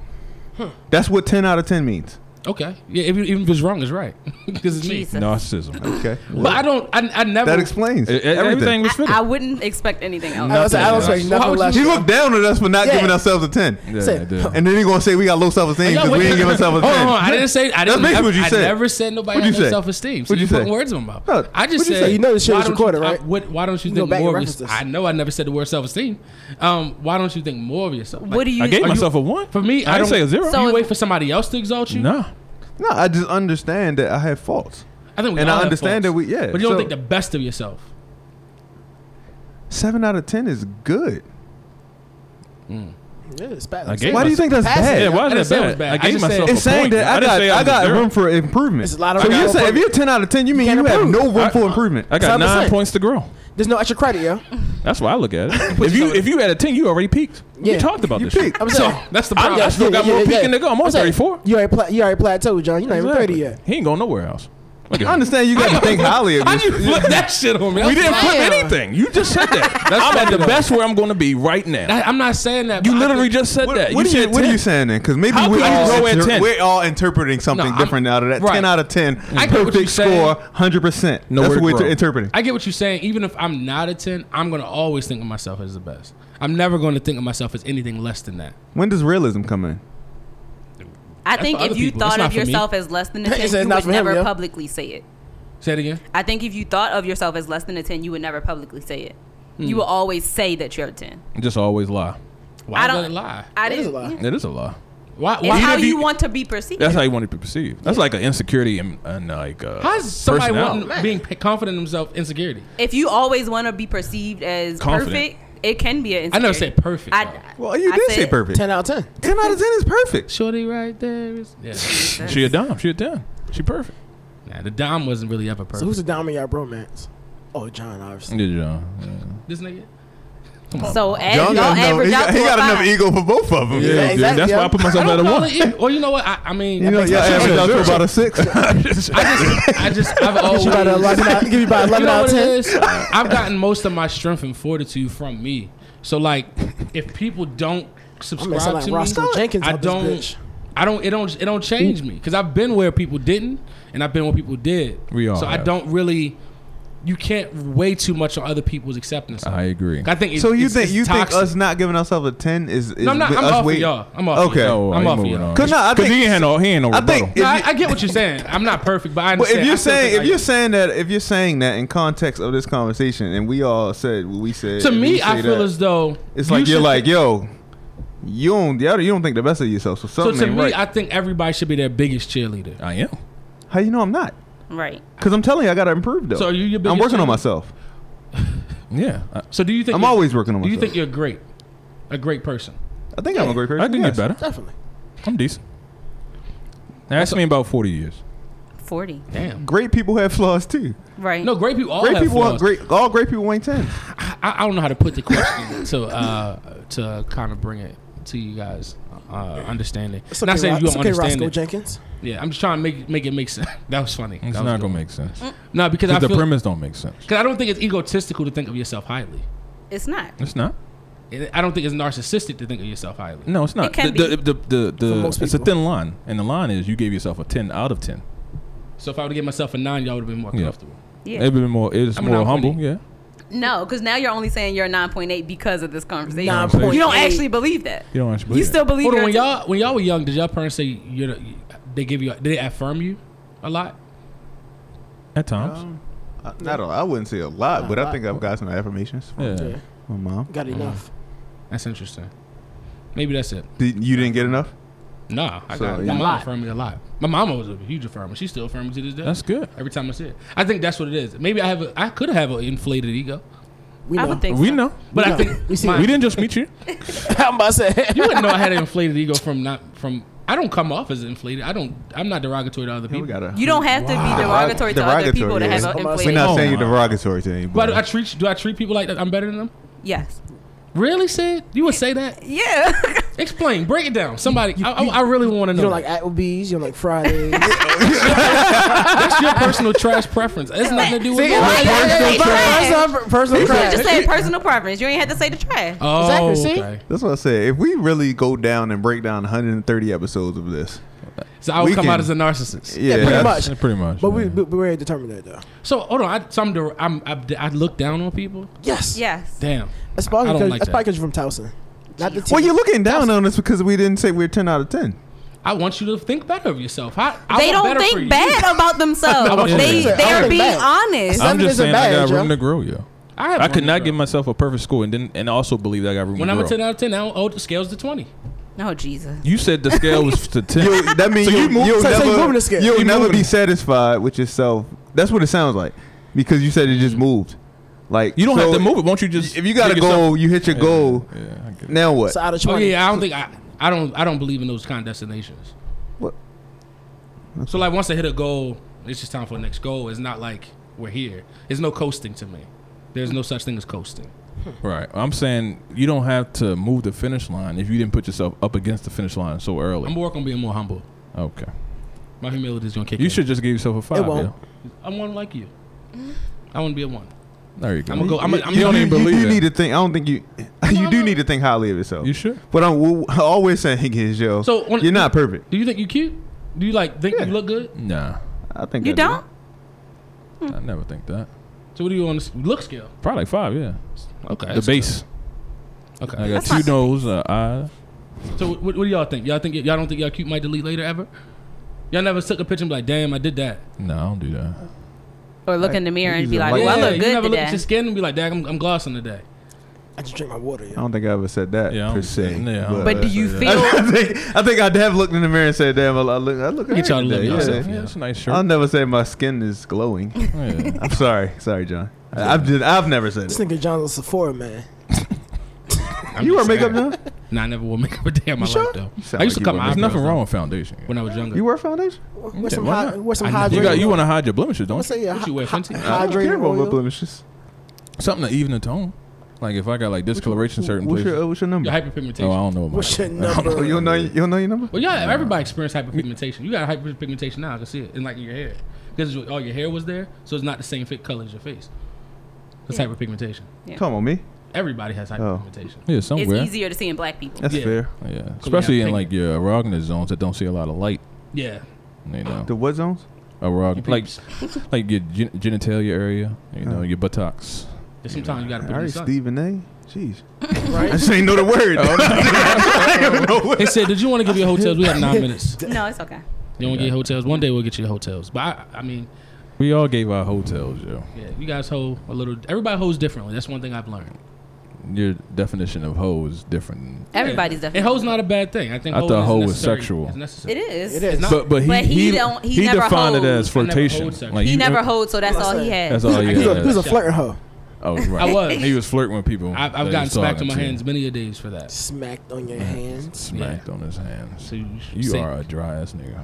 That's what 10 out of 10 means.
okay. Yeah, even, even if it's wrong, it's right because it's me.
Jesus.
Narcissism.
Okay.
But I don't. I, I never.
that explains
It- it-
everything.
everything was
I,
fitting.
I wouldn't expect anything else.
I was like, I don't
Nothing
expect
less.
nothing
Why would
less.
you-
He looked down at us for not
Yeah.
giving ourselves a 10.
Yeah,
Said-
yeah.
And then he going to say we got low self esteem
Y'all
because
wait-
we didn't give ourselves a 10.
Hold on, hold on. Oh, I didn't say. I didn't.
basically
I,
what you
I
said.
never said nobody
What'd
had
you
no
say?
self esteem. So
What'd
you
you say?
putting words in my mouth.
No,
I just
what'd you
said.
say? You
know this shit
why
is
don't
recorded,
you- I-
right?
what- why don't you
You go
think
back and
more of
reference
yourself?
this.
I know I never said the word self esteem. Um, why don't you think more of yourself?
what do you?
I gave
Are you-
myself a one.
For me,
I
I
didn't
don't
say a zero.
So-
Do you wait for somebody else to exalt you?
no.
No, I just understand that I have faults.
I think we
And
all
I
have
understand that
faults.
we- yeah,
But you don't
so-
think the best of yourself.
7 out of 10 is good.
Yeah, it's bad.
I gave
Why do you
myself-
think that's bad?
Yeah, why
I didn't
is
say it
that
was bad.
bad? I
I
gave
just said-
myself a
It's saying
point.
that I
didn't
got
say
I
was
got
zero.
room for improvement.
There's
So
a lot of room
you
for
say if
improvement.
you're 10 out of 10, you mean
can't
you have
improve.
no room
I-
for improvement.
I got
10%.
nine points to grow.
There's no extra credit, yo.
That's why I look at it. if you if you had a ten, you already peaked.
Yeah.
You talked about
You
this. shit.
peaked.
I'm
So
saying.
that's the
I,
problem.
I still got
yeah,
more
yeah,
peaking
yeah.
to go. I'm on
I'm saying,
thirty four.
You already, pla- you already plateaued, John. You're not even 30 yet.
He ain't going nowhere else. Look at
I
him.
understand you got to think highly of
How'd you
yourself.
flip that shit on me?
We didn't
That's-
flip
Damn.
anything. You just said that. I'm at the best where I'm going to be right now.
that- I'm not saying that.
You
but I
literally
think-
just said
What,
that.
what
you
are you,
said
what are
10.
you saying then? Because maybe
How
we're
could you
all,
grow at
inter-
10?
we're all interpreting something
No, I'm-
different out of that.
right.
10 out of 10,
I get what you're
perfect
saying.
score, 100%.
No
That's
word
what we're
grow.
interpreting.
I get what you're saying. Even if I'm not a ten, I'm gonna always think of myself as the best. I'm never gonna think of myself as anything less than that.
when does realism come in?
I
That's
think
for
if
other
you
people.
thought
That's
of
not for me.
yourself as less than a
He
ten,
said
you
not
would
for him,
never
yeah.
publicly say it.
Say it again.
I think if you thought of yourself as less than a ten, you would never publicly say it. You will always say that you're a ten.
Just always lie.
Why
I
is that a
don't-
lie?
I
That is
didn't.
a lie.
yeah.
It is a lie.
Why?
It's
why
how
Even if
you,
you-
want to be perceived.
That's how you want to be perceived. That's like an insecurity and, and like. Uh,
How's somebody
personality.
wanting, being p- confident in themselves insecurity?
if you always want to be perceived as
Confident.
perfect, it can be an.
I
Insecurity.
never said perfect. though.
Well, you
I
did say
said-
perfect. 10,
10 out of 10.
out of 10 is perfect.
Shorty right there is. Yeah.
She a dom. She a ten. She perfect.
nah, the Dom wasn't really ever
So
perfect.
who's the diamond y'all bromance? Oh, John, obviously.
Yeah, John.
this nigga?
So as
John
y'all
got enough-
average
he
out
got,
to
he
a
got enough
five.
ego for both of them.
Yeah,
Yeah,
dude,
exactly,
that's
yeah.
why I put myself
I
at a
don't call
one.
it ego. Well, you know what? I, I mean,
You know, y'all
that's-
average out to
that's-
about a 6.
I just I've
Give
always
you about 11 out, give you about
Oh, you
11
know
out of
what
10.
it is? I've gotten most of my strength and fortitude from me. So like, if people don't subscribe
sound like
to
Roscoe
me,
Jenkins
I
out this
don't.
bitch.
I don't. It don't. It don't change me because I've been where people didn't, and I've been where people did.
We all
So I
have.
don't really. You can't weigh too much on other people's acceptance. of
I
it.
agree.
I think. It,
So you
it's,
think
it's
you think
toxic.
us not giving ourselves a 10 is, is
No, I'm not.
with
I'm
us
off of
wait-
y'all. I'm off. of
Okay.
y'all.
Oh,
I'm
he
off of
moving
y'all.
on.
Cause no, I
Because
think-
he ain't had no. He ain't no.
I think
rebuttal.
No,
if
I,
you-
I get what you're saying. I'm not perfect, but I
But
understand.
if
I
you're
still think
saying
I
if you're
am.
saying that if you're saying that in context of this conversation, and we all said what we said,
to
and we
me,
say
I feel
that,
as though
it's
you
like you're
should
like, yo, you don't you don't think the best of yourself. So
So
something
to
ain't
me,
right.
I think everybody should be their biggest cheerleader.
I am.
How you know I'm not?
Right.
Because I'm telling you, I gotta improve though.
So are you your
I'm
biggest
working on
cheerleader?
myself.
Yeah. I,
So do you think
I'm
you're-
always working on
Do you
myself.
think you're great? A great person.
I think I'm a great person.
I can
yes.
get better.
Definitely.
I'm decent. Ask me in about forty years.
Forty.
Damn.
Great people have flaws too.
Right.
No, great people all
great
have
people,
flaws.
great all great people ain't ten.
I, I don't know how to put the question to uh, to kind of bring it to you guys uh, understanding.
It's
I'm not
okay,
saying
Ro-
you
it's
don't
okay,
understand
Roscoe
it.
Jenkins.
Yeah, I'm just trying to make make it make sense. That was funny.
It's
That was
not
good.
gonna make sense.
No, because I
Because the
feel
premise don't make sense.
because I don't think it's egotistical to think of yourself highly.
It's not.
It's not.
And I don't think it's narcissistic to think of yourself highly.
No, it's not.
It can
the, the, the, the, the,
most
it's a
people.
thin line, and the line is you gave yourself a ten out of ten.
So if I would give myself a nine, y'all would have been more
Yeah.
comfortable.
Yeah.
It It'd be more. It's
I'm
more
not
humble.
funny.
Yeah.
No, because now you're only saying you're a 9.8 because of this conversation.
Nine
point
You don't
eight.
actually believe that.
You don't actually
You
believe
still believe
Hold on,
you're
when
a 10.
y'all when y'all were young, did y'all parents say you're the, they give you did they affirm you a lot?
At times.
Um, I, not a, I wouldn't say a lot, but I think I've got some affirmations from
yeah.
Yeah.
my mom.
Got enough.
That's interesting. Maybe that's it.
Did, you didn't get enough?
Nah, I
So, yeah.
got my
A
mom
lot.
affirmed me a lot. My mama was a huge affirmer. She's still affirming to this day.
That's good.
Every time I see it, I think that's what it is. Maybe I have a, I could have an inflated ego,
We
I
know.
would think
We
so.
know.
but I
No,
think
we see
my-
We didn't just meet you.
I'm about to say.
You wouldn't know I had an inflated ego from not from. I don't come off as inflated. I don't. I'm not derogatory to other
Yeah,
people.
we got a-
You don't have to be derogatory to other
Derogatory,
people to
yeah.
have an
I'm about to say-
We're
inflated.
not
Oh
saying you're
my.
derogatory to anybody.
But I treat do I treat people like that? I'm better than them.
Yes.
Really, Sid? You would say that?
Yeah.
Explain. Break it down. Somebody. I, I, I really want to know.
You don't like Applebee's. You don't like Fridays.
That's your personal trash preference. It's nothing to do with.
See,
mine.
like,
Personal trash.
personal, personal
you could
trash.
have just said personal preference. You ain't had to say the trash.
Oh,
Exactly, see?
okay.
That's what I said. If we really go down and break down 130 episodes of this,
So I would
We
come
can-
out as a narcissist.
yeah,
pretty
that's-
much.
Yeah, pretty much.
But we,
yeah.
we we already determined that though.
So hold on. I, so I'm, der- I'm, I'm I look down on people.
Yes.
Yes.
Damn.
That's probably
I don't
because
like
that's
that.
probably 'cause you're from Towson. Not the team.
Well, you're looking down on us because we didn't say we're 10 out of 10.
I want you to think better of yourself. I, I
they
want
don't
better for
think
you.
bad about themselves.
want you to
they
bad.
think
they
I
are
think
being
bad.
honest.
Seven
I'm just
isn't
saying
bad,
I got
yo.
room to grow, yo.
I, have
I
room
could
to
not
grow.
give myself a perfect score and then and also believe that I got room
When
to
I'm
grow.
a ten out of ten, I don't owe the scales to twenty.
Oh Jesus.
you said the scale was to ten.
You, that means
So
you,
you
will
move-
you'll
so- so
never,
you moving the scale.
you'll
You
never
moving
be
it.
satisfied with yourself. That's what it sounds like because you said it just moved. Like
You don't
so
have to move it. Won't you just?
If you got a
take
goal,
yourself-
you hit your goal.
Yeah, I get it.
Now what?
So out of
Oh
twenty.
yeah, I don't think I, I don't I don't believe in those kind of destinations.
What?
So like once I hit a goal, it's just time for the next goal. It's not like we're here. There's no coasting to me. There's no such thing as coasting.
Right. I'm saying you don't have to move the finish line if you didn't put yourself up against the finish line so
I'm
early.
gonna work on being more humble.
Okay.
My humility is gonna kick.
You
in.
should just give yourself a five.
It won't.
yo.
I'm one like you.
Mm-hmm.
I want to be a one.
There you go.
I'm gonna go. I'm gonna, I'm gonna
You don't
you,
even
you,
believe
you
that.
need to think. I don't think you. You do need to think highly of yourself.
You should.
But I'm w- always saying is yo.
So, when-
you're not perfect.
Do you think you cute? Do you like think you
Yeah.
look good?
Nah,
I think
You
I do.
don't?
I never think that.
So what do you on this look scale?
Probably like five. Yeah.
Okay.
the
that's
base.
good. Okay.
I got
That's
two
not-
nose, an eye.
So what, what do y'all think? Y'all think y'all don't think y'all cute might delete later ever? Y'all never took a picture and be like, damn, I did that.
No, I don't do that.
Or look in the mirror and be like,
Yeah,
Well, I look
you never
good
look at your
today.
skin and be like, damn, I'm, I'm glossing today.
I just drink my water.
I
Oh.
Yeah.
don't think I ever said that
Yeah, I
per
don't-
se.
yeah, I don't-
But do you feel
I think I think I'd have looked in the mirror and said, "Damn, I look, I look."
Get y'all to
alright
love
today."
yourself.
Yeah,
Yeah.
that's a nice
I'll
shirt.
never say my skin is glowing.
Yeah.
I'm sorry, sorry, John. I- I've just, I've never said
This
it.
nigga John's a Sephora man.
I'm
You wear
just
makeup
saying.
now?
Nah, I never wore makeup a day in my
You sure?
life though.
You
I
sound like
used to
you
cut
wear
my
There's
eyebrows
nothing wrong
out
with foundation.
when I was younger.
You wear foundation?
Wear
Yeah,
some
why
high,
not?
wear some
I know.
hydrated.
You got you want to hide your blemishes,
I'm
don't
gonna
you?
say yeah.
What you
hi-
wear, Fenty?
I
hi-
don't care
Hydrated
about my
oil.
blemishes.
Something to even the tone. Like if I got like discoloration certain
what's
places.
Your, uh, what's your number?
Your hyperpigmentation.
oh, I don't know. About
What's your
that.
Oh, you
number?
don't know, you don't know your number?
well, yeah, everybody experienced hyperpigmentation. You got hyperpigmentation now. I can see it in like in your hair because all your hair was there, so it's not the same fit color as your face. That's hyperpigmentation.
Come on, me.
Everybody has
Oh.
hyperpigmentation.
Yeah,
It's
somewhere.
easier to see in black people.
That's
Yeah.
fair.
Yeah, especially in
pink.
like your erogenous zones that don't see a lot of light.
Yeah,
You know,
The what zones?
erog like
peeps.
like your gen- genitalia area. You know, your buttocks.
Just sometimes you gotta put
All
in the
right,
sun.
Stephen A. Jeez. I just ain't know the word.
Oh. They said, "Did you want to give your hotels? We have nine minutes.
No, it's okay.
You don't want to get hotels. One day we'll get you the hotels. But I, I mean,
We all gave our hotels, yo.
yeah, you guys hold a little. Everybody holds differently. That's one thing I've learned.
Your definition of hoe is different.
Everybody's
And
definitely.
ho's not a bad thing. I think.
I thought
is
hoe was
necessary.
sexual.
It's necessary.
It is.
It is.
not-
But but he
But he
he,
don't- he
he
never
defined it
hoes.
as flirtation.
I never hoed
Like
He
you-
never holds, so that's all he has.
That's
Oh,
all he
He was a, he was
had.
a flirting hoe.
Oh right.
I was.
He was flirting with people.
I've,
that
I've
he
gotten
was
smacked
talking
on my
to.
hands many a days for that.
Smacked on your hands.
Smacked on his hands.
So you
You
see-
are a dry ass nigga.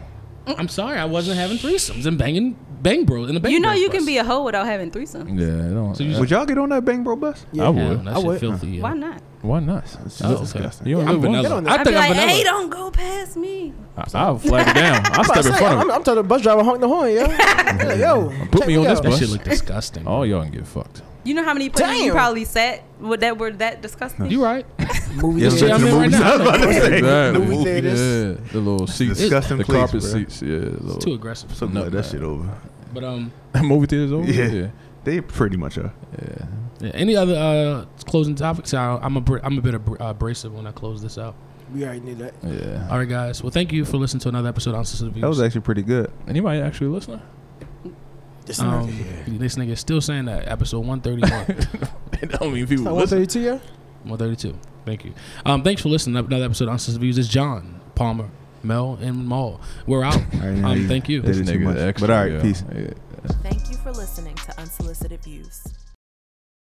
I'm sorry, I wasn't having threesomes and banging bang bro in the bang.
You know
bro
you can
bus.
be a hoe without having threesomes.
Yeah. I Don't,
So you
I-
Would y'all get on that Bang Bro bus?
Yeah.
I
Hell,
would.
that
I
shit
would.
filthy. Yeah.
Why not?
Why not?
That's
Oh, okay.
disgusting.
You don't
I'm
live one.
vanilla.
on
I
that.
I'd
think
be
I'm
like,
vanilla.
hey, don't go past me.
I- I'll flag it down. I'll
I'm,
step in
saying,
front
I'm,
of him.
I'm telling the bus driver honk the horn, yo. Like, yo,
Put
check
me on this
out.
That
bus.
shit look disgusting.
All y'all can get fucked.
You know how many places you
Damn.
probably sat with that were that disgusting?
You right?
Movie
Yes,
theater.
Yeah, I'm
to
in
the movies.
right now.
I was about to say.
Exactly.
The movie theaters.
Yeah, the little seats,
disgusting
the
place,
carpet
bruh.
seats. Yeah, the little-
Too aggressive.
So
No,
glad that shit over.
But um,
movie theaters over.
Yeah.
yeah.
They pretty much are.
yeah, any other uh closing topics? I, I'm a br- I'm a bit abr- uh, abrasive when I close this out.
We already knew that.
Yeah.
All right, guys. Well, thank you for listening to another episode of Answers to the Views.
That was actually pretty good.
Anybody actually listening?
This
um,
nigga, yeah.
This nigga is still saying that. Episode 131,
I mean,
It's
people
not 132, yeah?
132. Thank you. Um, thanks for listening to another episode of Answers to the Views. It's John Palmer, Mel and Maul. We're out.
right, now
um,
you-
thank you.
This
This
is too
nigga
much.
extra,
But all right,
yo.
peace.
Yeah.
Thank you for listening to Unsolicited Views.